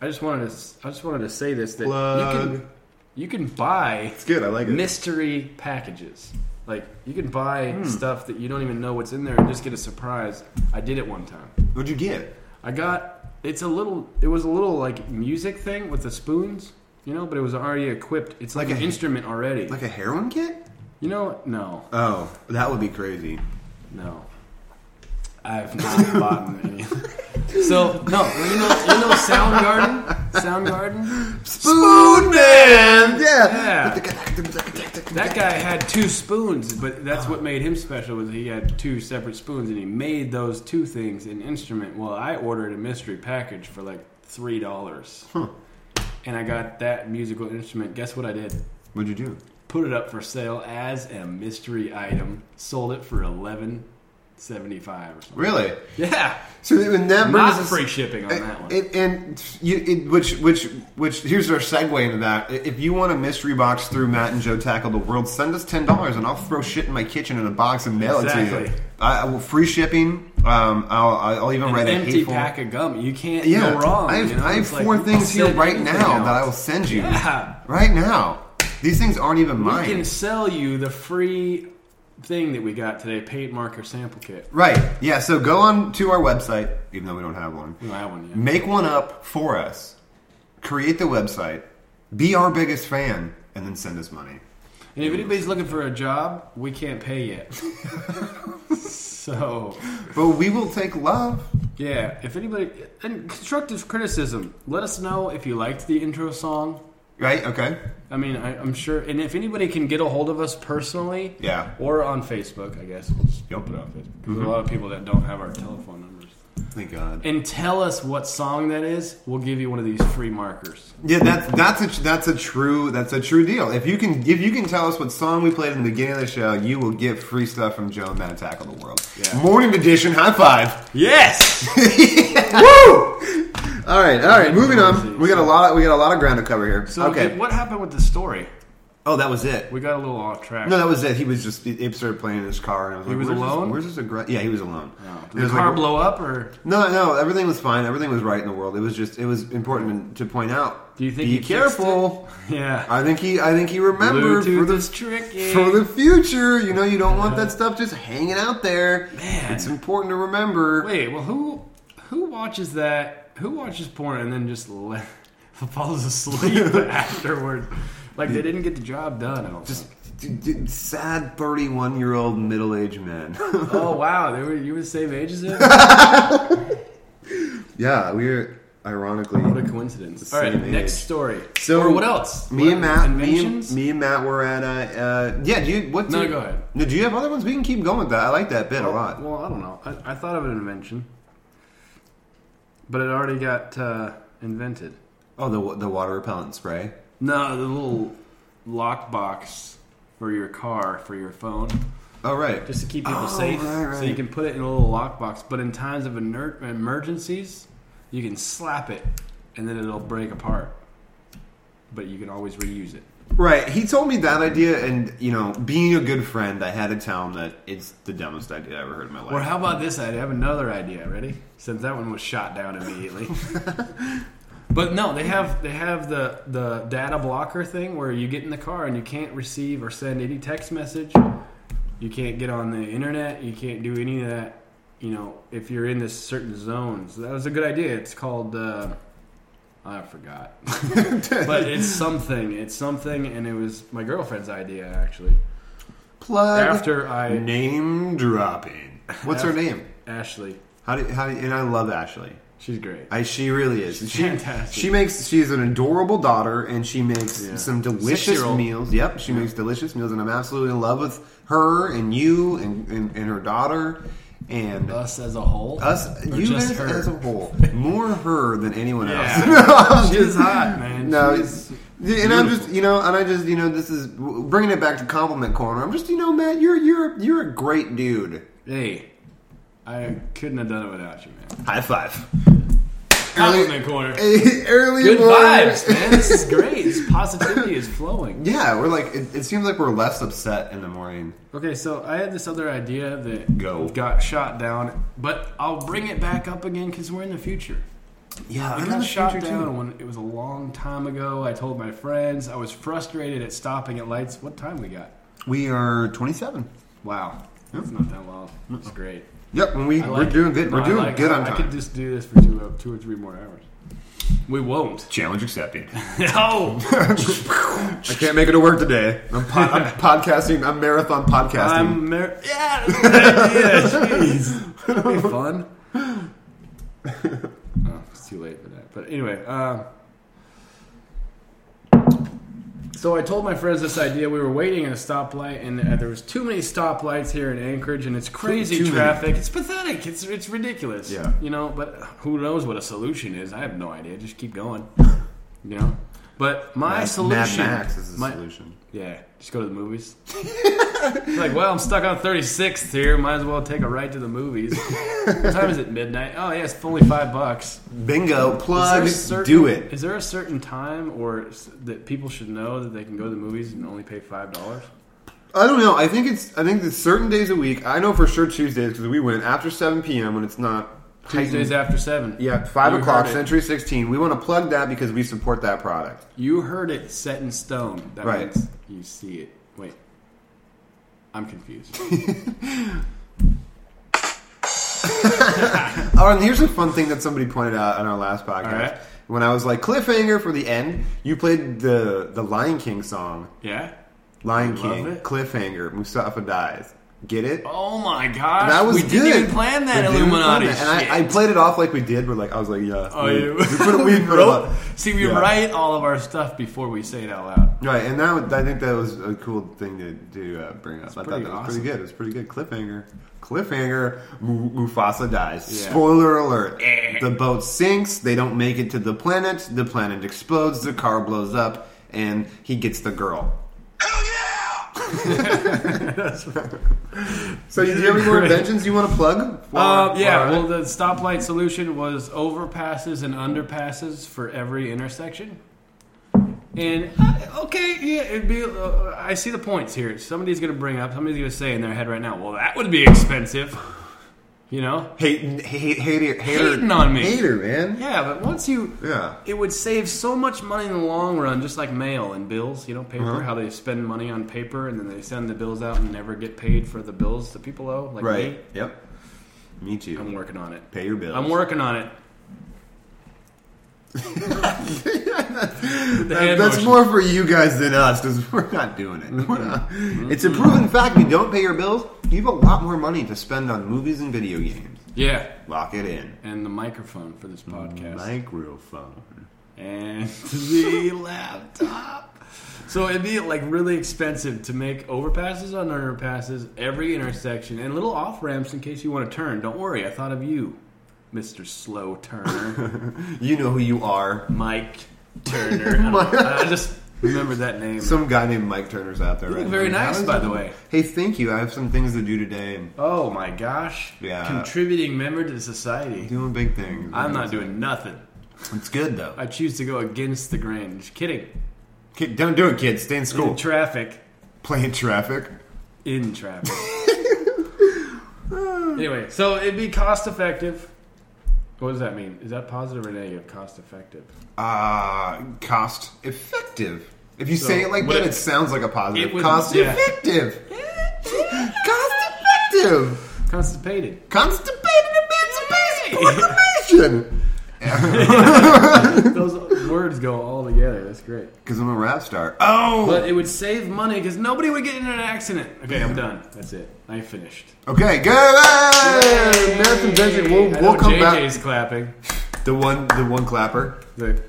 Speaker 2: I just wanted to I just wanted to say this that you
Speaker 1: Plug.
Speaker 2: can you can buy
Speaker 1: It's good. I like it.
Speaker 2: mystery packages. Like you can buy
Speaker 1: Hmm.
Speaker 2: stuff that you don't even know what's in there and just get a surprise. I did it one time.
Speaker 1: What'd you get?
Speaker 2: I got it's a little it was a little like music thing with the spoons, you know, but it was already equipped. It's like,
Speaker 1: Like
Speaker 2: an
Speaker 1: a-
Speaker 2: instrument already.
Speaker 1: Like a heroin kit?
Speaker 2: you know, no.
Speaker 1: Oh, that would be crazy.
Speaker 2: No. I've not [LAUGHS] bought any. So no, well, you know, you know, Soundgarden, Soundgarden.
Speaker 1: Spoon Man.
Speaker 2: Yeah.
Speaker 1: Yeah.
Speaker 2: That guy had two spoons, but that's what made him special. Was he had two separate spoons, and he made those two things an instrument. Well, I ordered a mystery package for like three dollars, and I got that musical instrument. Guess what I did?
Speaker 1: What'd you do?
Speaker 2: Put it up for sale as a mystery item. Sold it for eleven seventy five or something.
Speaker 1: Really?
Speaker 2: Yeah,
Speaker 1: So and that brings
Speaker 2: not
Speaker 1: us
Speaker 2: free shipping on that one.
Speaker 1: And, and you, it, which, which, which, here's our segue into that. If you want a mystery box through Matt and Joe Tackle the World, send us ten dollars and I'll throw shit in my kitchen in a box and mail it to
Speaker 2: Exactly.
Speaker 1: you. I, I will free shipping. Um, I'll, I'll even write
Speaker 2: an
Speaker 1: a
Speaker 2: empty
Speaker 1: hateful.
Speaker 2: pack of gum. You can't
Speaker 1: yeah,
Speaker 2: go wrong.
Speaker 1: I have,
Speaker 2: you know?
Speaker 1: I have
Speaker 2: It's like,
Speaker 1: four things here
Speaker 2: send
Speaker 1: right
Speaker 2: anything
Speaker 1: now that I will
Speaker 2: else.
Speaker 1: send you.
Speaker 2: [LAUGHS] Yeah.
Speaker 1: Right now, these things aren't even
Speaker 2: We
Speaker 1: mine.
Speaker 2: can sell you the free thing that we got today, paint marker sample kit.
Speaker 1: Right? Yeah. So go on to our website, even though we don't have one.
Speaker 2: We don't have one yet.
Speaker 1: Make one up for us. Create the website. Be our biggest fan, and then send us money.
Speaker 2: And if anybody's looking for a job, we can't pay yet. so,
Speaker 1: But we will take love.
Speaker 2: yeah, if anybody and constructive criticism, let us know if you liked the intro song.
Speaker 1: Right? Okay.
Speaker 2: I mean, I, I'm sure, and if anybody can get a hold of us personally,
Speaker 1: Yeah.
Speaker 2: or on Facebook, I guess we'll just
Speaker 1: Yep.
Speaker 2: put it on Facebook. 'Cause There's a lot of people that don't have our telephone numbers.
Speaker 1: Thank God.
Speaker 2: and tell us what song that is, we'll give you one of these free markers.
Speaker 1: Yeah, that's that's a that's a true that's a true deal. If you can if you can tell us what song we played in the beginning of the show, you will get free stuff from Joe and Matt Tackle the World.
Speaker 2: Yeah.
Speaker 1: [LAUGHS] Morning edition, high five.
Speaker 2: Yes!
Speaker 1: Woo! All right, all right. Moving on.
Speaker 2: Crazy.
Speaker 1: We got a lot. We got a lot of ground to cover here.
Speaker 2: So
Speaker 1: okay.
Speaker 2: did- what happened with the story?
Speaker 1: oh, that was it.
Speaker 2: We got a little off track.
Speaker 1: No, that was it. He was just. He started playing in his car, and I was like,
Speaker 2: was
Speaker 1: "Where's this-
Speaker 2: alone?
Speaker 1: where's this aggra-" Yeah, he was alone.
Speaker 2: Did
Speaker 1: It
Speaker 2: the
Speaker 1: was
Speaker 2: car
Speaker 1: like-
Speaker 2: blow up, or [LAUGHS]
Speaker 1: No, no, everything was fine. Everything was right in the world. It was just it was important to point out.
Speaker 2: Do you think
Speaker 1: be
Speaker 2: he fixed
Speaker 1: careful?
Speaker 2: yeah?
Speaker 1: I think he I think he remembered for
Speaker 2: Bluetooth
Speaker 1: the
Speaker 2: is tricky.
Speaker 1: for the future. You know, you don't want that stuff just hanging out there.
Speaker 2: Man.
Speaker 1: It's important to remember.
Speaker 2: Wait, well, who who watches that? Who watches porn and then just le- [LAUGHS]
Speaker 1: [LAUGHS]
Speaker 2: falls asleep afterward? Like they didn't get the job done. I don't
Speaker 1: Just
Speaker 2: think.
Speaker 1: d- d- sad thirty-one-year-old middle-aged man. [LAUGHS]
Speaker 2: oh wow, they were you were the same age as him.
Speaker 1: yeah, we're ironically.
Speaker 2: What a coincidence! All right,
Speaker 1: Same age.
Speaker 2: next story.
Speaker 1: So,
Speaker 2: or what else?
Speaker 1: Me
Speaker 2: What-
Speaker 1: and Matt, me and,
Speaker 2: inventions.
Speaker 1: me and Matt were at uh, uh yeah. Do you what?
Speaker 2: No,
Speaker 1: do-
Speaker 2: go ahead.
Speaker 1: No, do you have other ones? We can keep going with that. I like that bit
Speaker 2: Oh.
Speaker 1: a lot.
Speaker 2: Well, I don't know. I, I thought of an invention, but it already got uh, invented.
Speaker 1: Oh, the the water repellent spray.
Speaker 2: No, the little lockbox for your car for your phone,
Speaker 1: Oh right.
Speaker 2: just to keep people
Speaker 1: Oh,
Speaker 2: safe.
Speaker 1: right,
Speaker 2: So you
Speaker 1: right.
Speaker 2: can put it in a little lockbox. But in times of ener- emergencies, you can slap it, and then it'll break apart. But you can always reuse it.
Speaker 1: Right. He told me that idea, and you know, being a good friend, I had to tell him that it's the dumbest idea I ever heard in my life.
Speaker 2: Or how about this idea? I have another idea. Ready? Since that one was shot down immediately. but no, they have they have the the data blocker thing where you get in the car and you can't receive or send any text message. You can't get on the internet. You can't do any of that. You know, if you're in this certain zone. So that was a good idea. It's called. Uh, I forgot, but it's something. It's something, and it was my girlfriend's idea actually.
Speaker 1: Plug
Speaker 2: After I
Speaker 1: name dropping. What's her
Speaker 2: After-
Speaker 1: name?
Speaker 2: Ashley,
Speaker 1: How do how do, and I love Ashley.
Speaker 2: she's great.
Speaker 1: I she really is.
Speaker 2: She's
Speaker 1: she
Speaker 2: fantastic.
Speaker 1: she makes she's an adorable daughter, and she makes
Speaker 2: Yeah.
Speaker 1: some delicious
Speaker 2: Six-year-old.
Speaker 1: meals. Yep, she makes delicious meals, and I'm absolutely in love with her and you and and, and her daughter. And
Speaker 2: Us as a whole.
Speaker 1: us,
Speaker 2: Or
Speaker 1: you
Speaker 2: just
Speaker 1: guys
Speaker 2: her?
Speaker 1: as a whole, more her than anyone else. [LAUGHS]
Speaker 2: Yeah. She's hot, man.
Speaker 1: No,
Speaker 2: She
Speaker 1: it's,
Speaker 2: is-
Speaker 1: and I'm just you know, and I just you know, this is bringing it back to compliment corner. I'm just you know, Matt, you're you're you're a great dude.
Speaker 2: hey, I couldn't have done it without you, man.
Speaker 1: High five.
Speaker 2: Compliment corner.
Speaker 1: [LAUGHS] early
Speaker 2: Good
Speaker 1: morning.
Speaker 2: vibes, man. This is great. This positivity is flowing.
Speaker 1: Yeah, we're like it, it seems like we're less upset in the morning.
Speaker 2: Okay, so I had this other idea that
Speaker 1: Go.
Speaker 2: got shot down, but I'll bring it back up again because we're in the future.
Speaker 1: Yeah,
Speaker 2: I
Speaker 1: I'm
Speaker 2: got shot down when it was a long time ago. I told my friends I was frustrated at stopping at lights. What time we got?
Speaker 1: We are 27.
Speaker 2: Wow, that's not that long. That's great.
Speaker 1: Yep, when we
Speaker 2: I
Speaker 1: we're
Speaker 2: like
Speaker 1: doing
Speaker 2: it.
Speaker 1: good,
Speaker 2: No,
Speaker 1: we're
Speaker 2: I
Speaker 1: doing
Speaker 2: like
Speaker 1: good
Speaker 2: it.
Speaker 1: on
Speaker 2: I
Speaker 1: time.
Speaker 2: could just do this for two, two or three more hours. We won't.
Speaker 1: Challenge accepted.
Speaker 2: [LAUGHS] No,
Speaker 1: I can't make it to work today. I'm, po-
Speaker 2: [LAUGHS]
Speaker 1: I'm podcasting. I'm marathon podcasting.
Speaker 2: I'm mar- yeah. that's a good idea. Jeez, It'd be fun. [LAUGHS] Oh, it's too late for that. But anyway, uh, so I told my friends this idea. We were waiting at a stoplight, and uh, there was too many stoplights here in Anchorage, and it's crazy
Speaker 1: Too- too many.
Speaker 2: traffic. It's pathetic. It's it's ridiculous.
Speaker 1: Yeah.
Speaker 2: you know. But who knows what a solution is? I have no idea. Just keep [LAUGHS] going. You know. But my
Speaker 1: Mad-
Speaker 2: solution,
Speaker 1: Mad Max is the
Speaker 2: my-
Speaker 1: solution.
Speaker 2: yeah, just go to the movies. [LAUGHS] It's like, well, I'm stuck on 36th here. Might as well take a ride to the movies. what time is it? Midnight. Oh, yeah, it's only five bucks.
Speaker 1: Bingo.
Speaker 2: Is there a
Speaker 1: Plug.
Speaker 2: certain-
Speaker 1: do it.
Speaker 2: Is there a certain time or s- that people should know that they can go to the movies and only pay five dollars?
Speaker 1: I don't know. I think it's. I think that certain days a week. I know for sure Tuesdays because we went after seven p.m. when it's not heightened.
Speaker 2: Tuesdays after seven.
Speaker 1: Yeah, five
Speaker 2: You
Speaker 1: o'clock,
Speaker 2: heard it.
Speaker 1: Century sixteen. We want to plug that because we support that product.
Speaker 2: You heard it set in stone. That
Speaker 1: Right.
Speaker 2: means you see it. Wait. I'm confused. [LAUGHS]
Speaker 1: Oh, and here's a fun thing that somebody pointed out on our last podcast.
Speaker 2: All right.
Speaker 1: When I was like cliffhanger for the end, you played the the Lion King song,
Speaker 2: Yeah?
Speaker 1: Lion
Speaker 2: I love
Speaker 1: King
Speaker 2: it.
Speaker 1: cliffhanger. Mustafa dies. Get it?
Speaker 2: Oh my gosh.
Speaker 1: That was
Speaker 2: we
Speaker 1: good.
Speaker 2: didn't even plan that
Speaker 1: We didn't plan
Speaker 2: Illuminati.
Speaker 1: that.
Speaker 2: shit.
Speaker 1: And I, I played it off like we did. We're like, I was like, yeah.
Speaker 2: Oh,
Speaker 1: we,
Speaker 2: you
Speaker 1: we put it, we
Speaker 2: [LAUGHS] we
Speaker 1: put it
Speaker 2: wrote.
Speaker 1: up.
Speaker 2: See, we
Speaker 1: Yeah.
Speaker 2: write all of our stuff before we say it out loud.
Speaker 1: Right, and that was, I think that was a cool thing to do uh, bring up. I thought that
Speaker 2: pretty
Speaker 1: was
Speaker 2: awesome.
Speaker 1: pretty good. It was pretty good cliffhanger. Cliffhanger. Mu- Mufasa dies.
Speaker 2: Yeah.
Speaker 1: Spoiler alert: the boat sinks. They don't make it to the planet. The planet explodes. The car blows up, and he gets the girl.
Speaker 3: Hell yeah!
Speaker 1: [LAUGHS] So, do you have any more inventions you want to plug?
Speaker 2: Um, yeah,
Speaker 1: Or-
Speaker 2: well, the stoplight solution was overpasses and underpasses for every intersection. And uh, okay, yeah, it'd be. Uh, I see the points here. Somebody's going to bring up. Somebody's going to say in their head right now, "Well, that would be expensive," you know?
Speaker 1: Hating, hate, hater, hater,
Speaker 2: Hating on me.
Speaker 1: hater, man.
Speaker 2: Yeah, but once you,
Speaker 1: Yeah,
Speaker 2: it would save so much money in the long run, just like mail and bills. You know, paper. How they spend money on paper and then they send the bills out and never get paid for the bills that people owe. Like
Speaker 1: right.
Speaker 2: me,
Speaker 1: Yep. Me too.
Speaker 2: I'm working on it.
Speaker 1: Pay your bills.
Speaker 2: I'm working on it. The
Speaker 1: That-
Speaker 2: hand
Speaker 1: that's
Speaker 2: motion.
Speaker 1: more for you guys than us because [LAUGHS] we're not doing it. We're not. It's a proven fact. If you don't pay your bills, you have a lot more money to spend on movies and video games.
Speaker 2: Yeah,
Speaker 1: Lock it in.
Speaker 2: and the microphone for this podcast,
Speaker 1: Microphone. [LAUGHS]
Speaker 2: and [LAUGHS] the laptop. So it'd be like really expensive to make overpasses on underpasses, every intersection, and little off ramps in case you want to turn. Don't worry, I thought of you, Mister Slow Turner,
Speaker 1: You know who you are.
Speaker 2: Mike Turner. I, don't know. I just remembered that name.
Speaker 1: Some guy named Mike Turner's out there.
Speaker 2: You
Speaker 1: Right
Speaker 2: look very
Speaker 1: now. How
Speaker 2: nice,
Speaker 1: is
Speaker 2: by
Speaker 1: it-
Speaker 2: the way.
Speaker 1: Hey, thank you. I have some things to do today. and
Speaker 2: oh my gosh!
Speaker 1: Yeah.
Speaker 2: contributing member to society.
Speaker 1: Doing big things.
Speaker 2: I'm not doing nothing.
Speaker 1: It's good though.
Speaker 2: I choose to go against the grain. Just kidding.
Speaker 1: Kid, don't do it, kids. Stay in
Speaker 2: In
Speaker 1: school.
Speaker 2: traffic.
Speaker 1: Play in traffic.
Speaker 2: In traffic. anyway, so it'd be cost effective. What does that mean? Is that positive or negative? Cost effective.
Speaker 1: Uh, cost effective. If you
Speaker 2: So,
Speaker 1: say it like
Speaker 2: would
Speaker 1: that,
Speaker 2: it-
Speaker 1: it, sounds like a positive.
Speaker 2: it would-
Speaker 1: cost
Speaker 2: yeah.
Speaker 1: effective. [LAUGHS] cost effective.
Speaker 2: Constipated.
Speaker 1: Constipated emancipation
Speaker 2: [LAUGHS]
Speaker 1: proclamation.
Speaker 2: Those words go all together. That's great.
Speaker 1: Because I'm a rap star. Oh.
Speaker 2: But it would save money because nobody would get in an accident. Okay, I'm done. That's it. I finished.
Speaker 1: okay. Good. Yay. Marathon Benson. We'll,
Speaker 2: I
Speaker 1: we'll
Speaker 2: know
Speaker 1: come
Speaker 2: JJ's clapping.
Speaker 1: back. The one. The one clapper.
Speaker 2: The-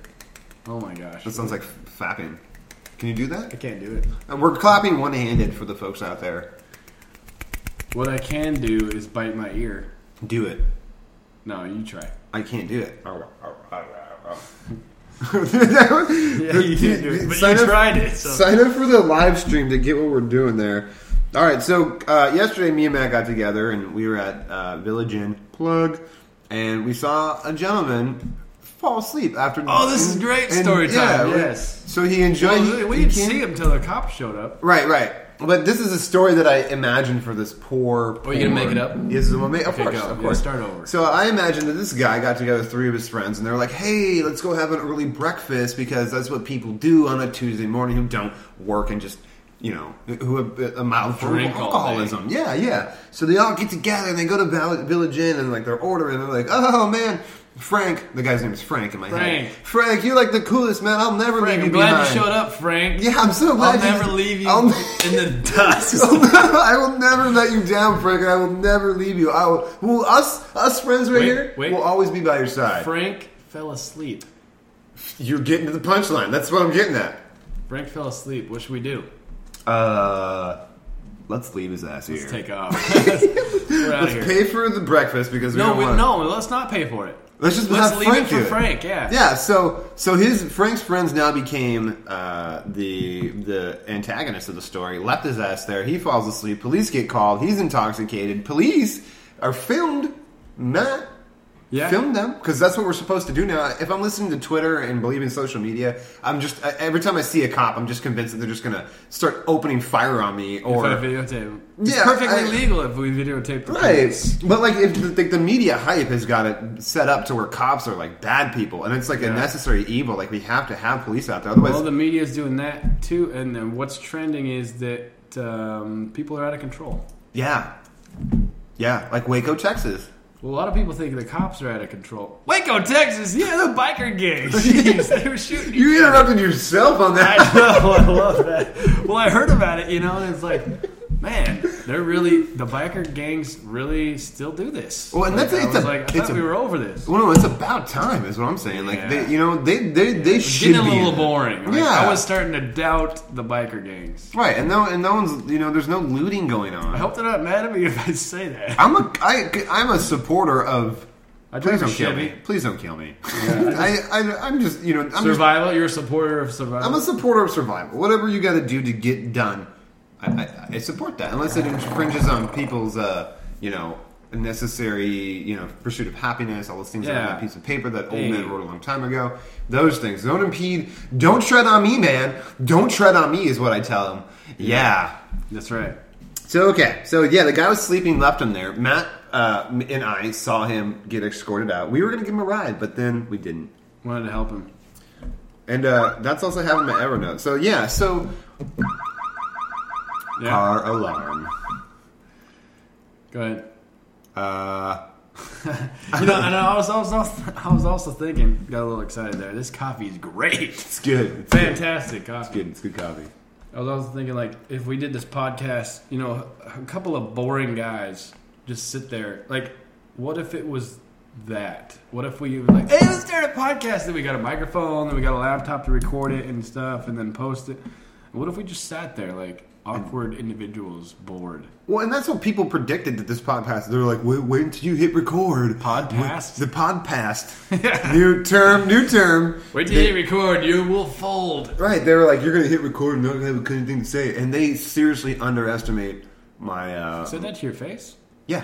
Speaker 2: oh my gosh.
Speaker 1: That sounds like fapping. Can you do that?
Speaker 2: I can't do it.
Speaker 1: Uh, We're clapping one-handed for the folks out there.
Speaker 2: What I can do is bite my ear.
Speaker 1: Do it.
Speaker 2: No, you
Speaker 1: [LAUGHS]
Speaker 2: try.
Speaker 1: I can't do it. [LAUGHS]
Speaker 2: Yeah, you can't do it. But
Speaker 1: Sign
Speaker 2: you
Speaker 1: up-
Speaker 2: tried it. So.
Speaker 1: Sign up for the live stream to get what we're doing there. All right, so uh, yesterday me and Matt got together and we were at uh, Village Inn plug, and we saw a gentleman fall asleep after.
Speaker 2: Oh, this is great story time, yes.
Speaker 1: so he enjoyed.
Speaker 2: Well,
Speaker 1: he-
Speaker 2: we
Speaker 1: he
Speaker 2: didn't
Speaker 1: came-
Speaker 2: see him till the cop showed up.
Speaker 1: Right, right. But this is a story that I imagined for this poor.
Speaker 2: Oh, you gonna
Speaker 1: poor-
Speaker 2: make it up?
Speaker 1: Yes, this is what I made. Of
Speaker 2: Okay,
Speaker 1: course,
Speaker 2: go.
Speaker 1: of
Speaker 2: Yeah,
Speaker 1: course.
Speaker 2: start over.
Speaker 1: So I imagine that this guy got together with three of his friends, and they're like, "Hey, let's go have an early breakfast because that's what people do on a Tuesday morning who don't work and just." You know, who have a mouthful of
Speaker 2: Drink all day.
Speaker 1: alcoholism. Yeah, yeah. So they all get together and they go to Val- Village Inn and like they're ordering. They're like, "Oh man, Frank." The guy's name is Frank in my
Speaker 2: Frank.
Speaker 1: head. Frank, you're like the coolest man. I'll never
Speaker 2: Frank,
Speaker 1: leave
Speaker 2: I'm
Speaker 1: you
Speaker 2: glad
Speaker 1: behind.
Speaker 2: you showed up, Frank.
Speaker 1: Yeah, I'm so glad.
Speaker 2: I'll
Speaker 1: you-
Speaker 2: never leave you
Speaker 1: I'll-
Speaker 2: [LAUGHS] in
Speaker 1: [LAUGHS]
Speaker 2: the dust.
Speaker 1: I will never let you down, Frank. and I will never leave you. I will. Well, us, us friends right
Speaker 2: Wait,
Speaker 1: here
Speaker 2: wait.
Speaker 1: will always be by your side.
Speaker 2: Frank fell asleep.
Speaker 1: You're getting to the punchline. That's what I'm getting at.
Speaker 2: Frank fell asleep. What should we do?
Speaker 1: Uh, let's leave his ass here.
Speaker 2: Let's take off. [LAUGHS] We're out of here.
Speaker 1: Pay for the breakfast because we
Speaker 2: no,
Speaker 1: don't
Speaker 2: we,
Speaker 1: want.
Speaker 2: no, let's not pay for it.
Speaker 1: Let's just
Speaker 2: Let's
Speaker 1: have
Speaker 2: leave
Speaker 1: Frank
Speaker 2: it
Speaker 1: do
Speaker 2: for
Speaker 1: it.
Speaker 2: Frank. Yeah.
Speaker 1: Yeah. So, so his Frank's friends now became uh, the the antagonist of the story. Left his ass there. He falls asleep. Police get called. He's intoxicated. Police are filmed. Matt
Speaker 2: Yeah.
Speaker 1: film them because that's what we're supposed to do now. If I'm listening to Twitter and believing social media, I'm just I- every time I see a cop, I'm just convinced that they're just gonna start opening fire on me
Speaker 2: If
Speaker 1: or
Speaker 2: I videotape. It's
Speaker 1: Yeah,
Speaker 2: perfectly
Speaker 1: I-
Speaker 2: legal if we videotape the police.
Speaker 1: Right, but like if the, like the media hype has got it set up to where cops are like bad people, and it's like a necessary evil. Like we have to have police out there, otherwise,
Speaker 2: Well, the media's doing that too, and then what's trending is that um, people are out of control.
Speaker 1: yeah, yeah, like Waco, Texas.
Speaker 2: Well, a lot of people think the cops are out of control. Waco, Texas, yeah, the
Speaker 1: [LAUGHS]
Speaker 2: biker gang. Jeez, they were shooting.
Speaker 1: You interrupted yourself on
Speaker 2: I
Speaker 1: that.
Speaker 2: know, I love that. Well, I heard about it, you know, and it's like, man, they're really the biker gangs really still do this.
Speaker 1: Well, and
Speaker 2: Like,
Speaker 1: that's-
Speaker 2: I
Speaker 1: it's
Speaker 2: was
Speaker 1: a-
Speaker 2: like, I
Speaker 1: it's
Speaker 2: thought
Speaker 1: a-
Speaker 2: we were over this.
Speaker 1: [LAUGHS] Well, no, it's about time, is what I'm saying. Like
Speaker 2: Yeah.
Speaker 1: they, you know, they they they
Speaker 2: It's
Speaker 1: should
Speaker 2: getting
Speaker 1: be
Speaker 2: a little
Speaker 1: in it.
Speaker 2: boring. Like,
Speaker 1: Yeah.
Speaker 2: I was starting to doubt the biker gangs.
Speaker 1: Right, and no, and no one's you know, there's no looting going on.
Speaker 2: I hope they're not mad at me [LAUGHS] if I say that.
Speaker 1: I'm a I, I'm a supporter of.
Speaker 2: I
Speaker 1: Please
Speaker 2: drive a
Speaker 1: don't kill me.
Speaker 2: Chevy.
Speaker 1: Please don't kill me. [LAUGHS] I, I I'm just you know I'm just,
Speaker 2: Survival. You're a supporter of survival.
Speaker 1: I'm a supporter of survival. Whatever you got to do to get done, I, I, I support that unless it infringes on people's, uh, you know, necessary, you know, pursuit of happiness. All those things that are on
Speaker 2: Yeah.
Speaker 1: that piece of paper that old
Speaker 2: Hey.
Speaker 1: man wrote a long time ago. Those things don't impede. Don't tread on me, man. Don't tread on me is what I tell him. Yeah.
Speaker 2: That's right.
Speaker 1: So okay, so yeah, the guy was sleeping, left him there. Matt uh, and I saw him get escorted out. We were gonna give him a ride, but then we didn't.
Speaker 2: Wanted to help him.
Speaker 1: And uh, that's also happened at Evernote. So yeah, so
Speaker 2: Yeah.
Speaker 1: our alarm.
Speaker 2: Go ahead.
Speaker 1: Uh,
Speaker 2: You know, and I was, I was also, I was also thinking, got a little excited there. This coffee is great, [LAUGHS]
Speaker 1: it's good. It's
Speaker 2: fantastic coffee.
Speaker 1: good. It's good coffee.
Speaker 2: I was also thinking, like, if we did this podcast, you know, a couple of boring guys just sit there. Like, what if it was that? What if we were like, hey, let's start a podcast? Then we got a microphone, then we got a laptop to record it and stuff, and then post it. What if we just sat there like awkward individuals, bored?
Speaker 1: Well, and that's what people predicted that this podcast. They were like, wait, wait until you hit record.
Speaker 2: Podcast?
Speaker 1: The [LAUGHS] podcast. new term. New term.
Speaker 2: Wait till you record, you will fold.
Speaker 1: Right, they were like, "You're gonna hit record and not gonna have anything to say," and they seriously underestimate my. uh
Speaker 2: Said that to your face?
Speaker 1: Yeah,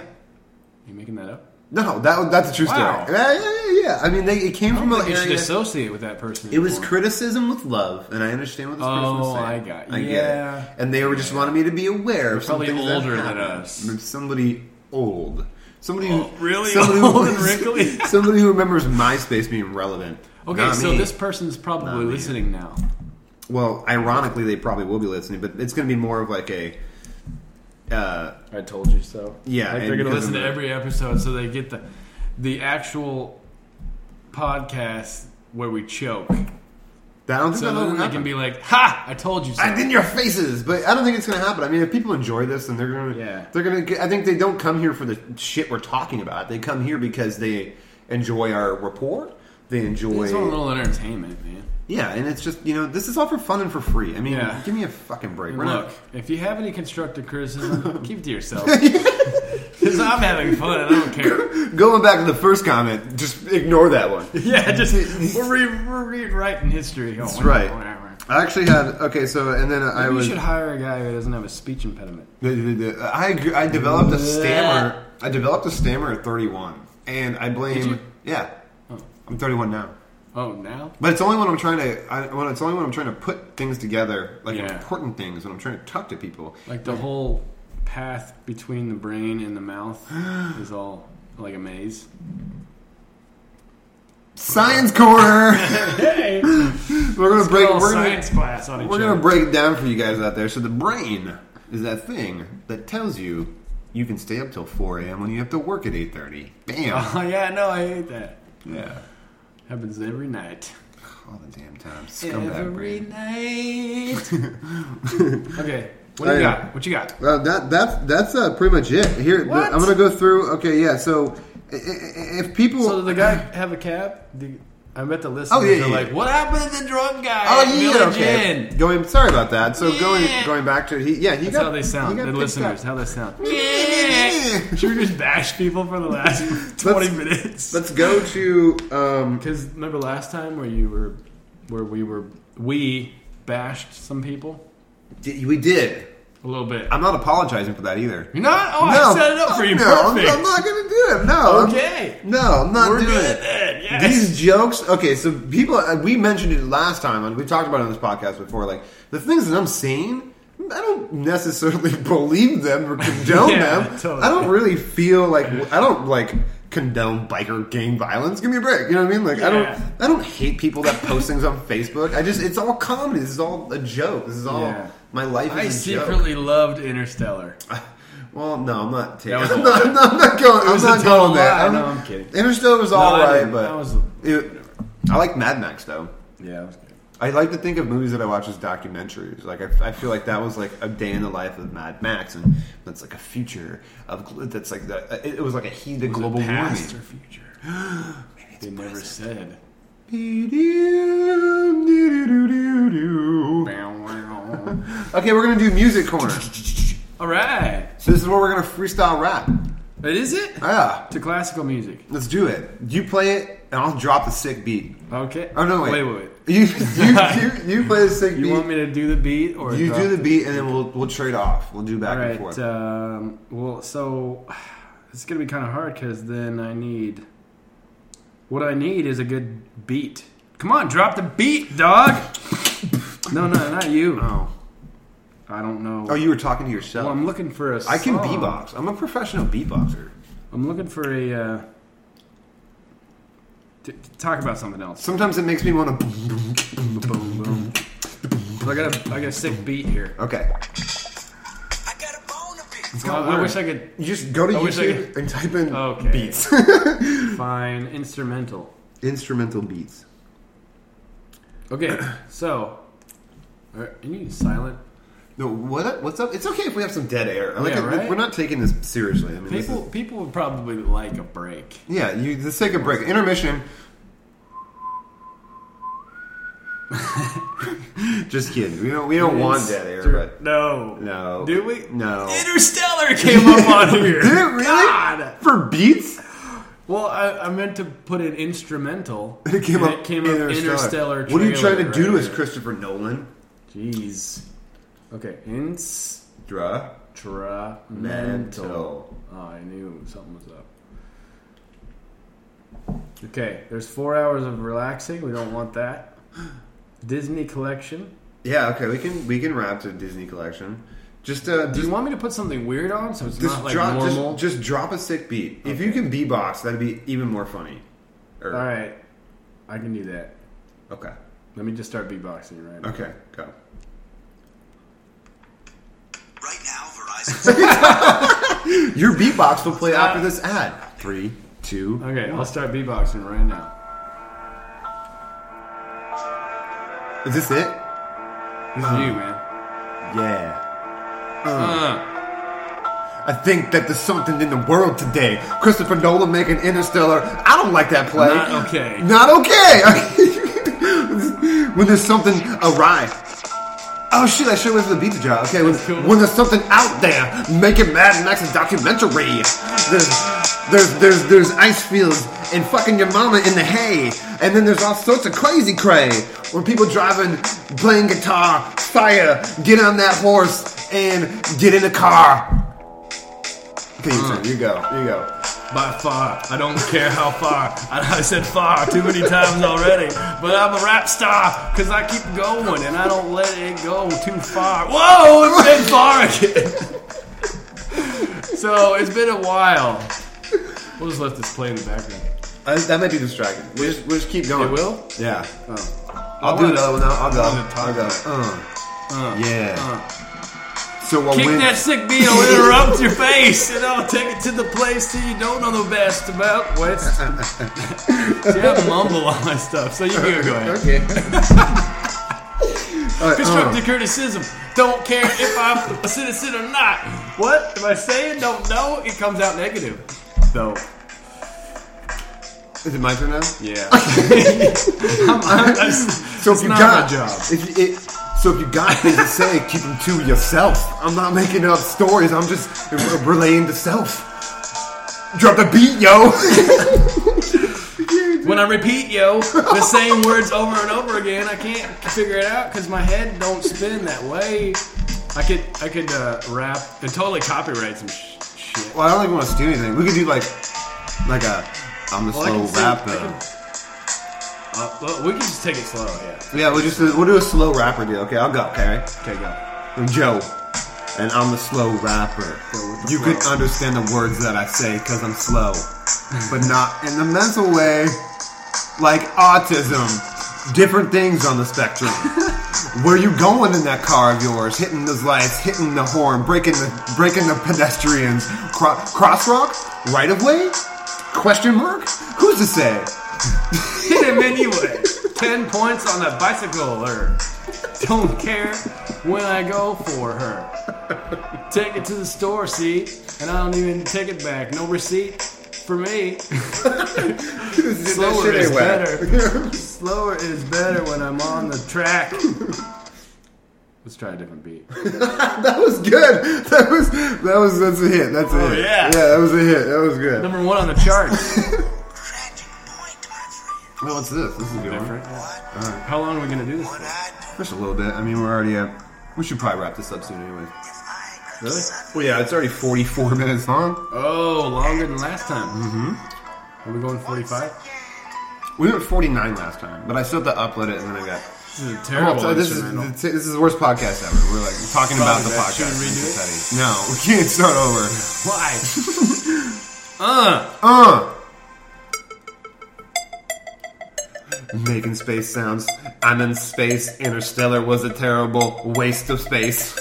Speaker 2: you making that up?
Speaker 1: no, that that's a true
Speaker 2: Wow.
Speaker 1: story. Yeah, yeah, yeah, yeah. I mean, they, it came from
Speaker 2: I
Speaker 1: an
Speaker 2: think you should
Speaker 1: area.
Speaker 2: associate with that person.
Speaker 1: It was
Speaker 2: anymore.
Speaker 1: criticism with love, and I understand what this person was
Speaker 2: Oh,
Speaker 1: saying.
Speaker 2: I got-
Speaker 1: I
Speaker 2: yeah.
Speaker 1: get it. And they were just wanting me to be aware. of
Speaker 2: probably
Speaker 1: some things that
Speaker 2: older than
Speaker 1: happened.
Speaker 2: us.
Speaker 1: Somebody old. Somebody who-
Speaker 2: Oh, really
Speaker 1: somebody
Speaker 2: [LAUGHS] old
Speaker 1: who,
Speaker 2: and wrinkly?
Speaker 1: [LAUGHS] Somebody who remembers MySpace being relevant.
Speaker 2: Okay,
Speaker 1: Not
Speaker 2: so
Speaker 1: me.
Speaker 2: this person's probably
Speaker 1: me.
Speaker 2: listening now.
Speaker 1: Well, ironically, they probably will be listening, but it's going to be more of like a. Uh,
Speaker 2: I told you so.
Speaker 1: Yeah,
Speaker 2: like
Speaker 1: and
Speaker 2: they're gonna
Speaker 1: because
Speaker 2: listen
Speaker 1: of
Speaker 2: to
Speaker 1: the-
Speaker 2: every episode, so they get the the actual podcast where
Speaker 1: [LAUGHS]
Speaker 2: we choke.
Speaker 1: I don't think
Speaker 2: So
Speaker 1: that'll
Speaker 2: then they
Speaker 1: happen.
Speaker 2: can be like, "Ha! I told you so."
Speaker 1: And in your faces, but I don't think it's going to happen. I mean, if people enjoy this, then they're going to.
Speaker 2: Yeah.
Speaker 1: They're going to. I think they don't come here for the shit we're talking about. They come here because they enjoy our rapport. They enjoy.
Speaker 2: It's a little entertainment, man.
Speaker 1: Yeah, and it's just you know this is all for fun and for free. I mean,
Speaker 2: Yeah.
Speaker 1: give me a fucking break. We're
Speaker 2: Look,
Speaker 1: not.
Speaker 2: if you have any constructive
Speaker 1: [LAUGHS]
Speaker 2: criticism, keep it to yourself. Because I'm having fun and I
Speaker 1: [LAUGHS]
Speaker 2: don't care.
Speaker 1: Going back to the first comment, just ignore that one.
Speaker 2: Yeah, just we're, re- we're rewriting history. Oh,
Speaker 1: That's right. I actually had okay. So and then I
Speaker 2: Maybe you
Speaker 1: was.
Speaker 2: should hire a guy who doesn't have a speech impediment.
Speaker 1: The- the- the- I agree- I developed a stammer. I developed a stammer at 31, and I
Speaker 2: Did you?
Speaker 1: blame. Yeah, I'm 31 now,
Speaker 2: Oh, now?
Speaker 1: but it's only when I'm trying to. I, when it's only when I'm trying to put things together, like
Speaker 2: Yeah.
Speaker 1: important things, when I'm trying to talk to people.
Speaker 2: Like the whole path between the brain and the [GASPS] mouth is all like a maze.
Speaker 1: Science corner. [LAUGHS]
Speaker 2: [LAUGHS] Hey,
Speaker 1: we're gonna break. We're gonna,
Speaker 2: science class on each
Speaker 1: we're gonna break it down for you guys out there. So the brain is that thing that tells you you can stay up till 4 a.m. when you have to work at 8:30.
Speaker 2: [LAUGHS]
Speaker 1: Bam.
Speaker 2: Oh yeah, no, I hate that.
Speaker 1: yeah.
Speaker 2: Happens every night.
Speaker 1: All the damn time. Scumbag
Speaker 2: every
Speaker 1: brain.
Speaker 2: night. [LAUGHS] okay, what
Speaker 1: Hey.
Speaker 2: you got? What you got?
Speaker 1: Well, that that's that's uh, pretty much it. Here, th-
Speaker 2: What?
Speaker 1: I'm gonna go through. Okay, yeah. So i- i- i- if people,
Speaker 2: So did the guy have a cab? The- I bet the listeners
Speaker 1: Oh, yeah,
Speaker 2: are
Speaker 1: yeah,
Speaker 2: like,
Speaker 1: yeah.
Speaker 2: "What happened to the drunk guy?"
Speaker 1: oh
Speaker 2: at
Speaker 1: yeah,
Speaker 2: Village
Speaker 1: okay.
Speaker 2: Inn?"
Speaker 1: Going, sorry about that. So
Speaker 2: Yeah.
Speaker 1: going going back to he, yeah, he
Speaker 2: That's
Speaker 1: got
Speaker 2: how they
Speaker 1: he
Speaker 2: sound.
Speaker 1: got
Speaker 2: The
Speaker 1: picked
Speaker 2: listeners,
Speaker 1: up.
Speaker 2: how
Speaker 1: [LAUGHS]
Speaker 2: they sound. [LAUGHS]
Speaker 1: Yeah.
Speaker 2: Should we just bash people for the last twenty minutes?
Speaker 1: Let's go to um,
Speaker 2: Because remember last time where you were, where we were, we bashed some people
Speaker 1: d- we did.
Speaker 2: a little bit.
Speaker 1: I'm not apologizing for that either.
Speaker 2: You're not. Oh, I set it up for you.
Speaker 1: no, I'm,
Speaker 2: Perfect.
Speaker 1: I'm not gonna do it. No, I'm-
Speaker 2: Okay.
Speaker 1: no, I'm not
Speaker 2: we're
Speaker 1: doing
Speaker 2: good
Speaker 1: it.
Speaker 2: then. Yes.
Speaker 1: These jokes, okay. So people, uh, we mentioned it last time, and we talked about it on this podcast before. Like the things that I'm saying, I don't necessarily [LAUGHS] believe them or condone
Speaker 2: [LAUGHS] Yeah,
Speaker 1: them.
Speaker 2: totally.
Speaker 1: I don't really feel like I don't like condone biker gang violence. Give me a break. You know what I mean? Like I
Speaker 2: Yeah.
Speaker 1: don't, I don't hate people that post things on Facebook. I just, it's all comedy. This is all a joke. This is all
Speaker 2: Yeah.
Speaker 1: my life. Is
Speaker 2: I
Speaker 1: a
Speaker 2: secretly loved Interstellar.
Speaker 1: [LAUGHS] well, no, I'm not taking.
Speaker 2: That
Speaker 1: [LAUGHS]
Speaker 2: was
Speaker 1: I'm not, I'm not going. I'm
Speaker 2: was a
Speaker 1: not
Speaker 2: total
Speaker 1: going there.
Speaker 2: lie.
Speaker 1: I'm,
Speaker 2: No, I'm kidding.
Speaker 1: Interstellar was
Speaker 2: I
Speaker 1: all right,
Speaker 2: didn't.
Speaker 1: but
Speaker 2: That was-
Speaker 1: it- I like Mad Max though.
Speaker 2: Yeah. That was good.
Speaker 1: I like to think of movies that I watch as documentaries. Like I, I feel like that was like a day in the life of Mad Max, and that's like a future of gl- that's like the, it was like a heat of global [LAUGHS]
Speaker 2: past
Speaker 1: warming.
Speaker 2: or future.
Speaker 1: [GASPS]
Speaker 2: they never said.
Speaker 1: Okay, we're gonna do music corner.
Speaker 2: All right.
Speaker 1: So this is where we're gonna freestyle rap.
Speaker 2: But is it?
Speaker 1: Yeah,
Speaker 2: To classical music.
Speaker 1: let's do it. You play it, and I'll drop the sick beat.
Speaker 2: Okay.
Speaker 1: Oh no, wait,
Speaker 2: Wait, wait, wait.
Speaker 1: You you,
Speaker 2: [LAUGHS]
Speaker 1: you, you play the sick
Speaker 2: You
Speaker 1: beat.
Speaker 2: want me to do the beat or
Speaker 1: you
Speaker 2: drop
Speaker 1: do the beat, and then we'll we'll trade off. We'll do back
Speaker 2: All
Speaker 1: and
Speaker 2: right.
Speaker 1: forth.
Speaker 2: Um, well, so [SIGHS] it's gonna be kind of hard because then I need what I need is a good beat. Come on, drop the beat, dog. no, no, not you.
Speaker 1: oh,
Speaker 2: I don't know.
Speaker 1: oh, you were talking to
Speaker 2: well,
Speaker 1: yourself.
Speaker 2: I'm looking for a.
Speaker 1: I can
Speaker 2: song.
Speaker 1: beatbox. I'm a professional beatboxer.
Speaker 2: I'm looking for a. Uh, t- t- talk about something else.
Speaker 1: Sometimes it makes me want to.
Speaker 2: I got a, I got a sick beat here.
Speaker 1: Okay,
Speaker 3: I got a bone to pick.
Speaker 2: Well, I wish I could
Speaker 1: you just go to
Speaker 2: I wish I
Speaker 1: YouTube and type in
Speaker 2: Okay.
Speaker 1: beats, [LAUGHS]
Speaker 2: find instrumental.
Speaker 1: instrumental beats.
Speaker 2: Okay, so are you need silent?
Speaker 1: No, what what's up? It's okay if we have some dead air. I Like
Speaker 2: Yeah,
Speaker 1: it-
Speaker 2: right?
Speaker 1: We're not taking this seriously. I mean, this
Speaker 2: People, people would probably like a break.
Speaker 1: is- yeah, you let's take a break. Intermission. [LAUGHS] Just kidding. We don't we don't want dead air, but
Speaker 2: no,
Speaker 1: no,
Speaker 2: Do we?
Speaker 1: No.
Speaker 2: Interstellar came
Speaker 1: [LAUGHS]
Speaker 2: up on here.
Speaker 1: Did it really?
Speaker 2: God.
Speaker 1: For beats? [LAUGHS]
Speaker 2: Well, I, I meant to put an instrumental.
Speaker 1: [LAUGHS] It came
Speaker 2: and
Speaker 1: up.
Speaker 2: It came up. Interstellar.
Speaker 1: What are you trying
Speaker 2: trailer
Speaker 1: to do to
Speaker 2: right
Speaker 1: us,
Speaker 2: here.
Speaker 1: Christopher Nolan?
Speaker 2: Jeez. Okay. Instrumental.
Speaker 1: Draw mental.
Speaker 2: Oh, I knew something was up. Okay, there's four hours of relaxing. We don't want that. Disney collection.
Speaker 1: Yeah, okay, we can we can wrap to Disney collection. Just uh,
Speaker 2: Do
Speaker 1: just
Speaker 2: you want me to put something weird on so it's
Speaker 1: just
Speaker 2: not like
Speaker 1: drop
Speaker 2: normal?
Speaker 1: just, just drop a sick beat. If you can beatbox, that'd be even more funny. Or-
Speaker 2: All right, I can do that.
Speaker 1: Okay.
Speaker 2: Let me just start beatboxing right now.
Speaker 1: Okay. Go.
Speaker 3: Right now, Verizon.
Speaker 1: [LAUGHS] Your beatbox will play after this ad. Three, two.
Speaker 2: Okay, I'll start beatboxing right now.
Speaker 1: Is this it?
Speaker 2: This is you, man.
Speaker 1: Yeah.
Speaker 2: Uh,
Speaker 1: I think that there's something in the world today. Christopher Nolan making Interstellar. I don't like that play.
Speaker 2: Not okay.
Speaker 1: Not okay. [LAUGHS] when there's something awry. Oh shit! I sure was the beat to drop. Okay, when,
Speaker 2: cool.
Speaker 1: when there's something out there making Mad Max's documentary. There's there's there's there's ice fields and fucking your mama in the hay, and then there's all sorts of crazy cray when people driving, playing guitar, fire, get on that horse and get in the car. Okay, you go, you go.
Speaker 2: by far, I don't care how far. I, I said far too many times already, but I'm a rap star because I keep going and I don't let it go too far. Whoa, it's been far again. [LAUGHS] so it's been a while. We'll just let this play in the background.
Speaker 1: Uh, that might be distracting. We'll just, we'll just keep going.
Speaker 2: It will.
Speaker 1: Yeah.
Speaker 2: Oh.
Speaker 1: I'll do another one. I'll, I'll go.
Speaker 2: I wanna talk
Speaker 1: I'll go.
Speaker 2: about it.
Speaker 1: Uh,
Speaker 2: Uh,
Speaker 1: yeah. So I
Speaker 2: Kick
Speaker 1: win.
Speaker 2: that sick beat, I'll interrupt your [LAUGHS] face, and I'll take it to the place that you don't know the best about. Wait. [LAUGHS] See, I mumble all my stuff, so you can go ahead.
Speaker 1: Okay. [LAUGHS] All right, um,
Speaker 2: Constructive criticism. Don't care if I'm a citizen or not. What am I saying? Don't know. It comes out negative. Though.
Speaker 1: uh, is it my turn now?
Speaker 2: [LAUGHS] Yeah. I'm, I'm, [LAUGHS] I'm,
Speaker 1: So if
Speaker 2: it's
Speaker 1: you
Speaker 2: not
Speaker 1: got
Speaker 2: my job.
Speaker 1: if you, it, so if you got things to say, keep them to yourself. I'm not making up stories. I'm just re- relaying to self. Drop the beat, yo. [LAUGHS]
Speaker 2: When I repeat, yo, the same words over and over again, I can't figure it out because my head don't spin that way. I could, I could uh, rap and totally copyright some sh- shit.
Speaker 1: well, I don't even want to do anything. We could do like like a I'm a slow
Speaker 2: I can sing-
Speaker 1: rapper.
Speaker 2: I can- Uh, well, we can just take it slow. Yeah.
Speaker 1: Yeah, we'll just we'll do a slow rapper deal. Okay, I'll go. Okay, right?
Speaker 2: Okay, go.
Speaker 1: I'm Joe, and I'm the slow rapper.
Speaker 2: Go with the
Speaker 1: You can
Speaker 2: flow.
Speaker 1: understand the words that I say because I'm slow, but not in the mental way, like autism. Different things on the spectrum. Where you going in that car of yours? Hitting those lights, hitting the horn, breaking the breaking the pedestrians. Cro- crosswalk, right of way? Question mark? Who's to say?
Speaker 2: Hit him anyway. Ten points on a bicycle, or don't care when I go for her. Take it to the store, see, and I don't even take it back. No receipt for me. Slower is better. Slower is better when I'm on the track. Let's try a different beat.
Speaker 1: [LAUGHS] That was good. That was that was that's a hit. That's a
Speaker 2: Oh,
Speaker 1: hit.
Speaker 2: yeah.
Speaker 1: that was a hit. That was good.
Speaker 2: Number one on the charts.
Speaker 3: Tragic point, my friend.
Speaker 1: Well, what's this? This is a good one.
Speaker 2: Different.
Speaker 3: What
Speaker 2: How long are we gonna do this?
Speaker 3: would I do
Speaker 1: Just a little bit. I mean, we're already at. We should probably wrap this up soon, anyway.
Speaker 3: if I
Speaker 2: Really?
Speaker 1: Well, yeah, it's already
Speaker 2: [LAUGHS]
Speaker 1: 44 minutes long.
Speaker 2: Oh, longer than last time. Mm-hmm. Are we going 45?
Speaker 1: We were at 49 last time, but I still had to upload it, and then I got.
Speaker 2: This is a
Speaker 1: Well,
Speaker 2: terrible
Speaker 1: so this is
Speaker 2: instrumental.
Speaker 1: this is the worst podcast ever. We're like talking about the
Speaker 2: Probably bad.
Speaker 1: podcast.
Speaker 2: Should we redo
Speaker 1: it? No, [LAUGHS] we can't start over.
Speaker 2: [LAUGHS] Why? uh,
Speaker 1: Uh. Making space sounds. I'm in space. Interstellar was a terrible waste of space.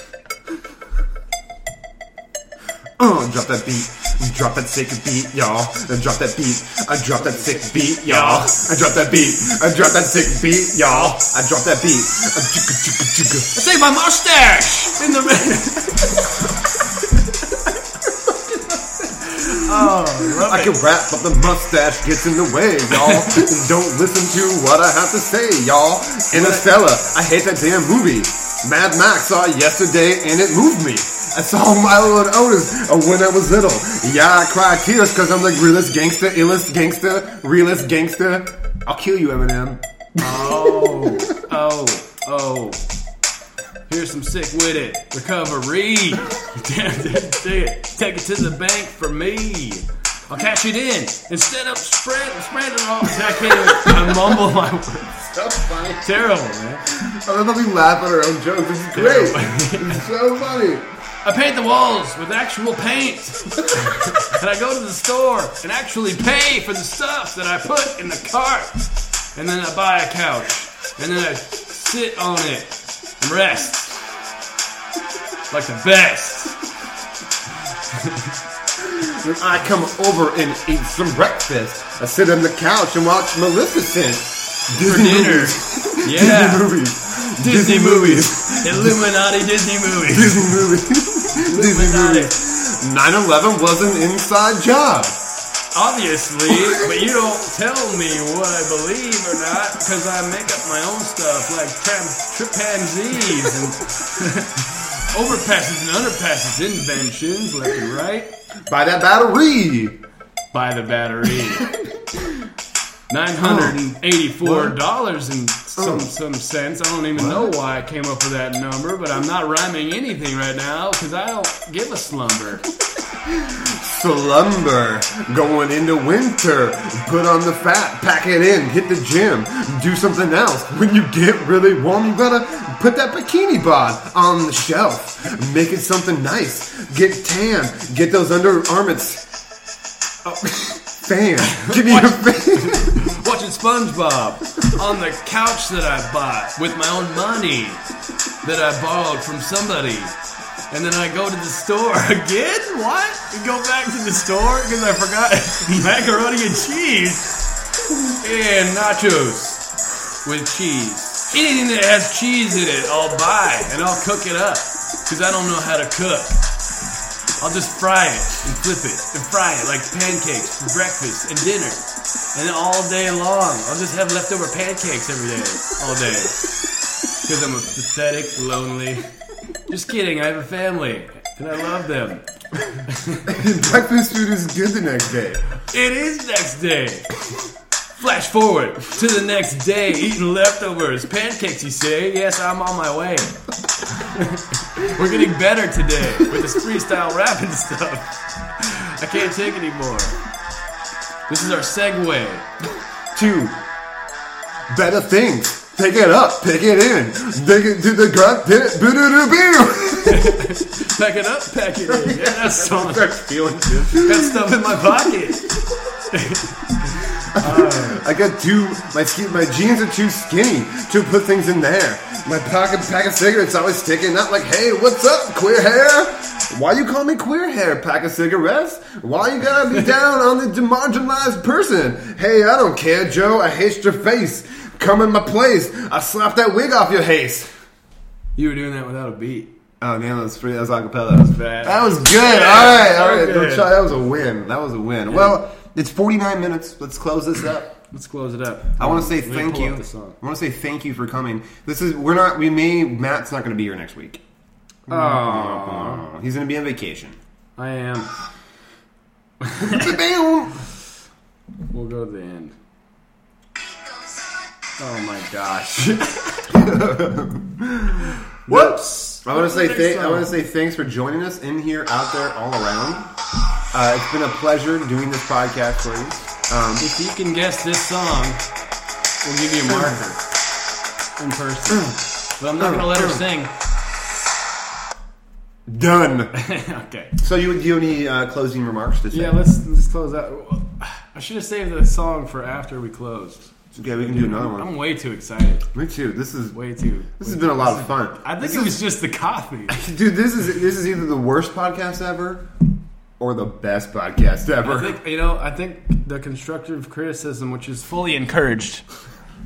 Speaker 1: Uh, drop that beat. Drop that sick beat, y'all. Uh, Drop that beat. I drop that sick beat, y'all. I drop that beat. I drop that sick beat, y'all. I drop that beat. Uh, chugga, chugga, chugga.
Speaker 2: save my mustache in the.
Speaker 1: I can rap, but the mustache gets in the way, y'all. Don't listen to what I have to say, y'all. Interstellar, I hate that damn movie. Mad Max saw it yesterday and it moved me. I saw Milo and Otis uh, when I was little. Yeah, I cried tears because I'm the realest gangster, illest gangster, realest gangster. I'll kill you, Eminem.
Speaker 2: oh, oh, oh. Here's some sick with it. Recovery. [LAUGHS] Damn, damn, dig it. Take it to the bank for me. I'll cash it in instead of spread, spread it all. I can't even, I mumble my words.
Speaker 1: That's funny.
Speaker 2: Terrible, man.
Speaker 1: I love that we laugh at our own jokes. This is great. this is so funny.
Speaker 2: I paint the walls with actual
Speaker 1: [LAUGHS]
Speaker 2: paint. and I go to the store and actually pay for the stuff that I put in the cart. And then I buy a couch. And then I sit on it and rest. Like the best.
Speaker 1: When I come over and eat some breakfast, I sit on the couch and watch Maleficent. Disney
Speaker 2: dinner.
Speaker 1: movies.
Speaker 2: Yeah.
Speaker 1: Disney movies.
Speaker 2: Disney
Speaker 1: movies.
Speaker 2: Illuminati Disney
Speaker 1: [LAUGHS]
Speaker 2: movies.
Speaker 1: Disney movies. Disney
Speaker 2: Illuminati.
Speaker 1: movies. 9-11 was an inside job.
Speaker 2: Obviously, but you don't tell me what I believe or not because I make up my own stuff like tram- chimpanzees and [LAUGHS] overpasses and underpasses inventions left and right.
Speaker 1: By that battery.
Speaker 2: by the battery. Nine hundred and eighty-four dollars and some some cents. I don't even know why I came up with that number, but I'm not rhyming anything right now because I don't give a slumber.
Speaker 1: Slumber. Going into winter. Put on the fat. Pack it in. Hit the gym. Do something else. When you get really warm, you gotta put that bikini bod on the shelf. Make it something nice. Get tan. Get those underarments. Oh, [LAUGHS] fan. Give me a fan. [LAUGHS]
Speaker 2: Watching SpongeBob on the couch that I bought with my own money that I borrowed from somebody. And then I go to the store [LAUGHS] again? What? Go back to the store because I forgot [LAUGHS] macaroni and cheese and nachos with cheese. Anything that has cheese in it, I'll buy and I'll cook it up because I don't know how to cook. I'll just fry it and flip it and fry it like pancakes for breakfast and dinner. And all day long, I'll just have leftover pancakes every day, all day. Because I'm a pathetic, lonely. Just kidding, I have a family and I love them.
Speaker 1: Breakfast food is good the next day.
Speaker 2: It is next day. Flash forward to the next day, eating leftovers. Pancakes, you say? Yes, I'm on my way. [LAUGHS] We're getting better today with this freestyle rap and [LAUGHS] stuff. I can't take anymore. This is our segue.
Speaker 1: Two. Better things. Pick it up. Pick it in. Dig it to the grunt. Did it. Boo doo doo boo.
Speaker 2: Pack it up, pack it in. Yeah,
Speaker 1: [LAUGHS]
Speaker 2: that song.
Speaker 1: Start feeling good.
Speaker 2: Got stuff in my pocket.
Speaker 1: I got too my ski, my jeans are too skinny to put things in there. My pocket pack of cigarettes always sticking out like, hey, what's up, queer hair? Why you call me queer hair, pack of cigarettes? Why you gotta
Speaker 2: [LAUGHS]
Speaker 1: be down on the demarginalized person? Hey, I don't care, Joe. I hate your face. Come in my place. I slap that wig off your face.
Speaker 2: You were doing that without a beat.
Speaker 1: Oh, damn, that was free. That was acapella. That was
Speaker 2: bad.
Speaker 1: That was good.
Speaker 2: Yeah,
Speaker 1: all right,
Speaker 2: so
Speaker 1: all right. Don't
Speaker 2: good.
Speaker 1: try- That was a win. That was a win. Well, it's 49 minutes. Let's close this up.
Speaker 2: Let's close it up. Oh,
Speaker 1: I want to say
Speaker 2: Let me
Speaker 1: thank
Speaker 2: pull up
Speaker 1: you.
Speaker 2: the song.
Speaker 1: I want to say thank you for coming. This is we're not. We may Matt's not going to be here next week. Uh,
Speaker 2: Aw.
Speaker 1: He's going to be on vacation.
Speaker 2: [LAUGHS] I am.
Speaker 1: Bam!
Speaker 2: We'll go to the end. Oh my gosh. Whoops.
Speaker 1: I want to say
Speaker 2: Next
Speaker 1: thank. I
Speaker 2: song.
Speaker 1: want to say thanks for joining us in here, out there, all around. Uh, it's been a pleasure doing this podcast for you. Um,
Speaker 2: [LAUGHS] If you can guess this song, we'll give you a marker in person. But I'm not gonna let her sing. [LAUGHS]
Speaker 1: done.
Speaker 2: okay.
Speaker 1: So you do you have any uh, closing remarks to say?
Speaker 2: Yeah, let's let's close out. I should have saved the song for after we closed.
Speaker 1: Okay, we can do another one.
Speaker 2: I'm way too excited.
Speaker 1: Me too. This is
Speaker 2: Way too.
Speaker 1: this has been a lot of fun.
Speaker 2: I think
Speaker 1: This
Speaker 2: it was just the coffee.
Speaker 1: is- dude. This is this is either the worst podcast ever or the best podcast ever.
Speaker 2: I think you know. I think the constructive criticism, which is fully encouraged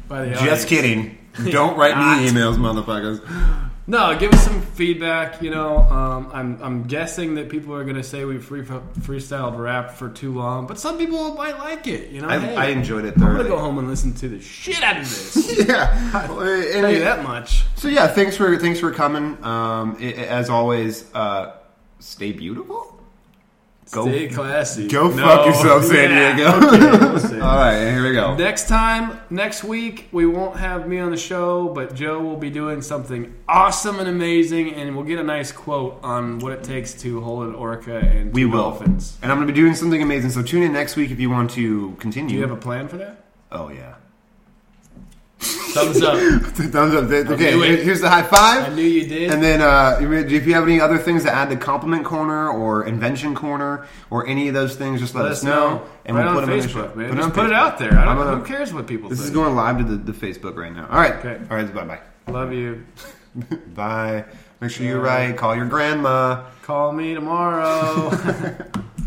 Speaker 2: by the audience.
Speaker 1: Just kidding. Don't write
Speaker 2: [LAUGHS]
Speaker 1: me emails, motherfuckers.
Speaker 2: No, give us some feedback. You know, um, I'm I'm guessing that people are going to say we free, freestyled rap for too long, but some people might like it. You know,
Speaker 1: I,
Speaker 2: hey,
Speaker 1: I enjoyed it
Speaker 2: I'm gonna
Speaker 1: thoroughly.
Speaker 2: go home and listen to the shit out of this.
Speaker 1: Yeah. And
Speaker 2: Tell you
Speaker 1: it-
Speaker 2: that much.
Speaker 1: So yeah, thanks for thanks for coming. Um, i- i- as always, uh, stay beautiful. Go-
Speaker 2: Stay classy.
Speaker 1: go fuck yourself, San Diego.
Speaker 2: okay, we'll
Speaker 1: [LAUGHS]
Speaker 2: see.
Speaker 1: All right, here we go.
Speaker 2: Next time, next week, we won't have me on the show, but Joe will be doing something awesome and amazing, and we'll get a nice quote on what it takes to hold an orca and
Speaker 1: We
Speaker 2: two
Speaker 1: will.
Speaker 2: dolphins.
Speaker 1: And I'm gonna be doing something amazing. So tune in next week if you want to continue.
Speaker 2: Do you have a plan for that?
Speaker 1: oh yeah. [LAUGHS]
Speaker 2: Thumbs up.
Speaker 1: Thumbs up. Okay,
Speaker 2: knew it.
Speaker 1: here's the high
Speaker 2: I
Speaker 1: five.
Speaker 2: knew you did.
Speaker 1: And then, uh, if you have any other things to add to compliment corner or invention corner or any of those things, just let, us know, and
Speaker 2: right
Speaker 1: we'll
Speaker 2: on
Speaker 1: put them
Speaker 2: Facebook,
Speaker 1: in the show.
Speaker 2: man.
Speaker 1: Put it
Speaker 2: Just
Speaker 1: on
Speaker 2: put it
Speaker 1: Facebook.
Speaker 2: out there. I
Speaker 1: I'm
Speaker 2: don't,
Speaker 1: gonna-
Speaker 2: who cares what people
Speaker 1: This is
Speaker 2: think?
Speaker 1: going live to the, the Facebook right now. All right.
Speaker 2: Okay.
Speaker 1: All right. Bye bye.
Speaker 2: Love you.
Speaker 1: Bye. Make sure you write. Call your grandma. [LAUGHS]
Speaker 2: Call me tomorrow.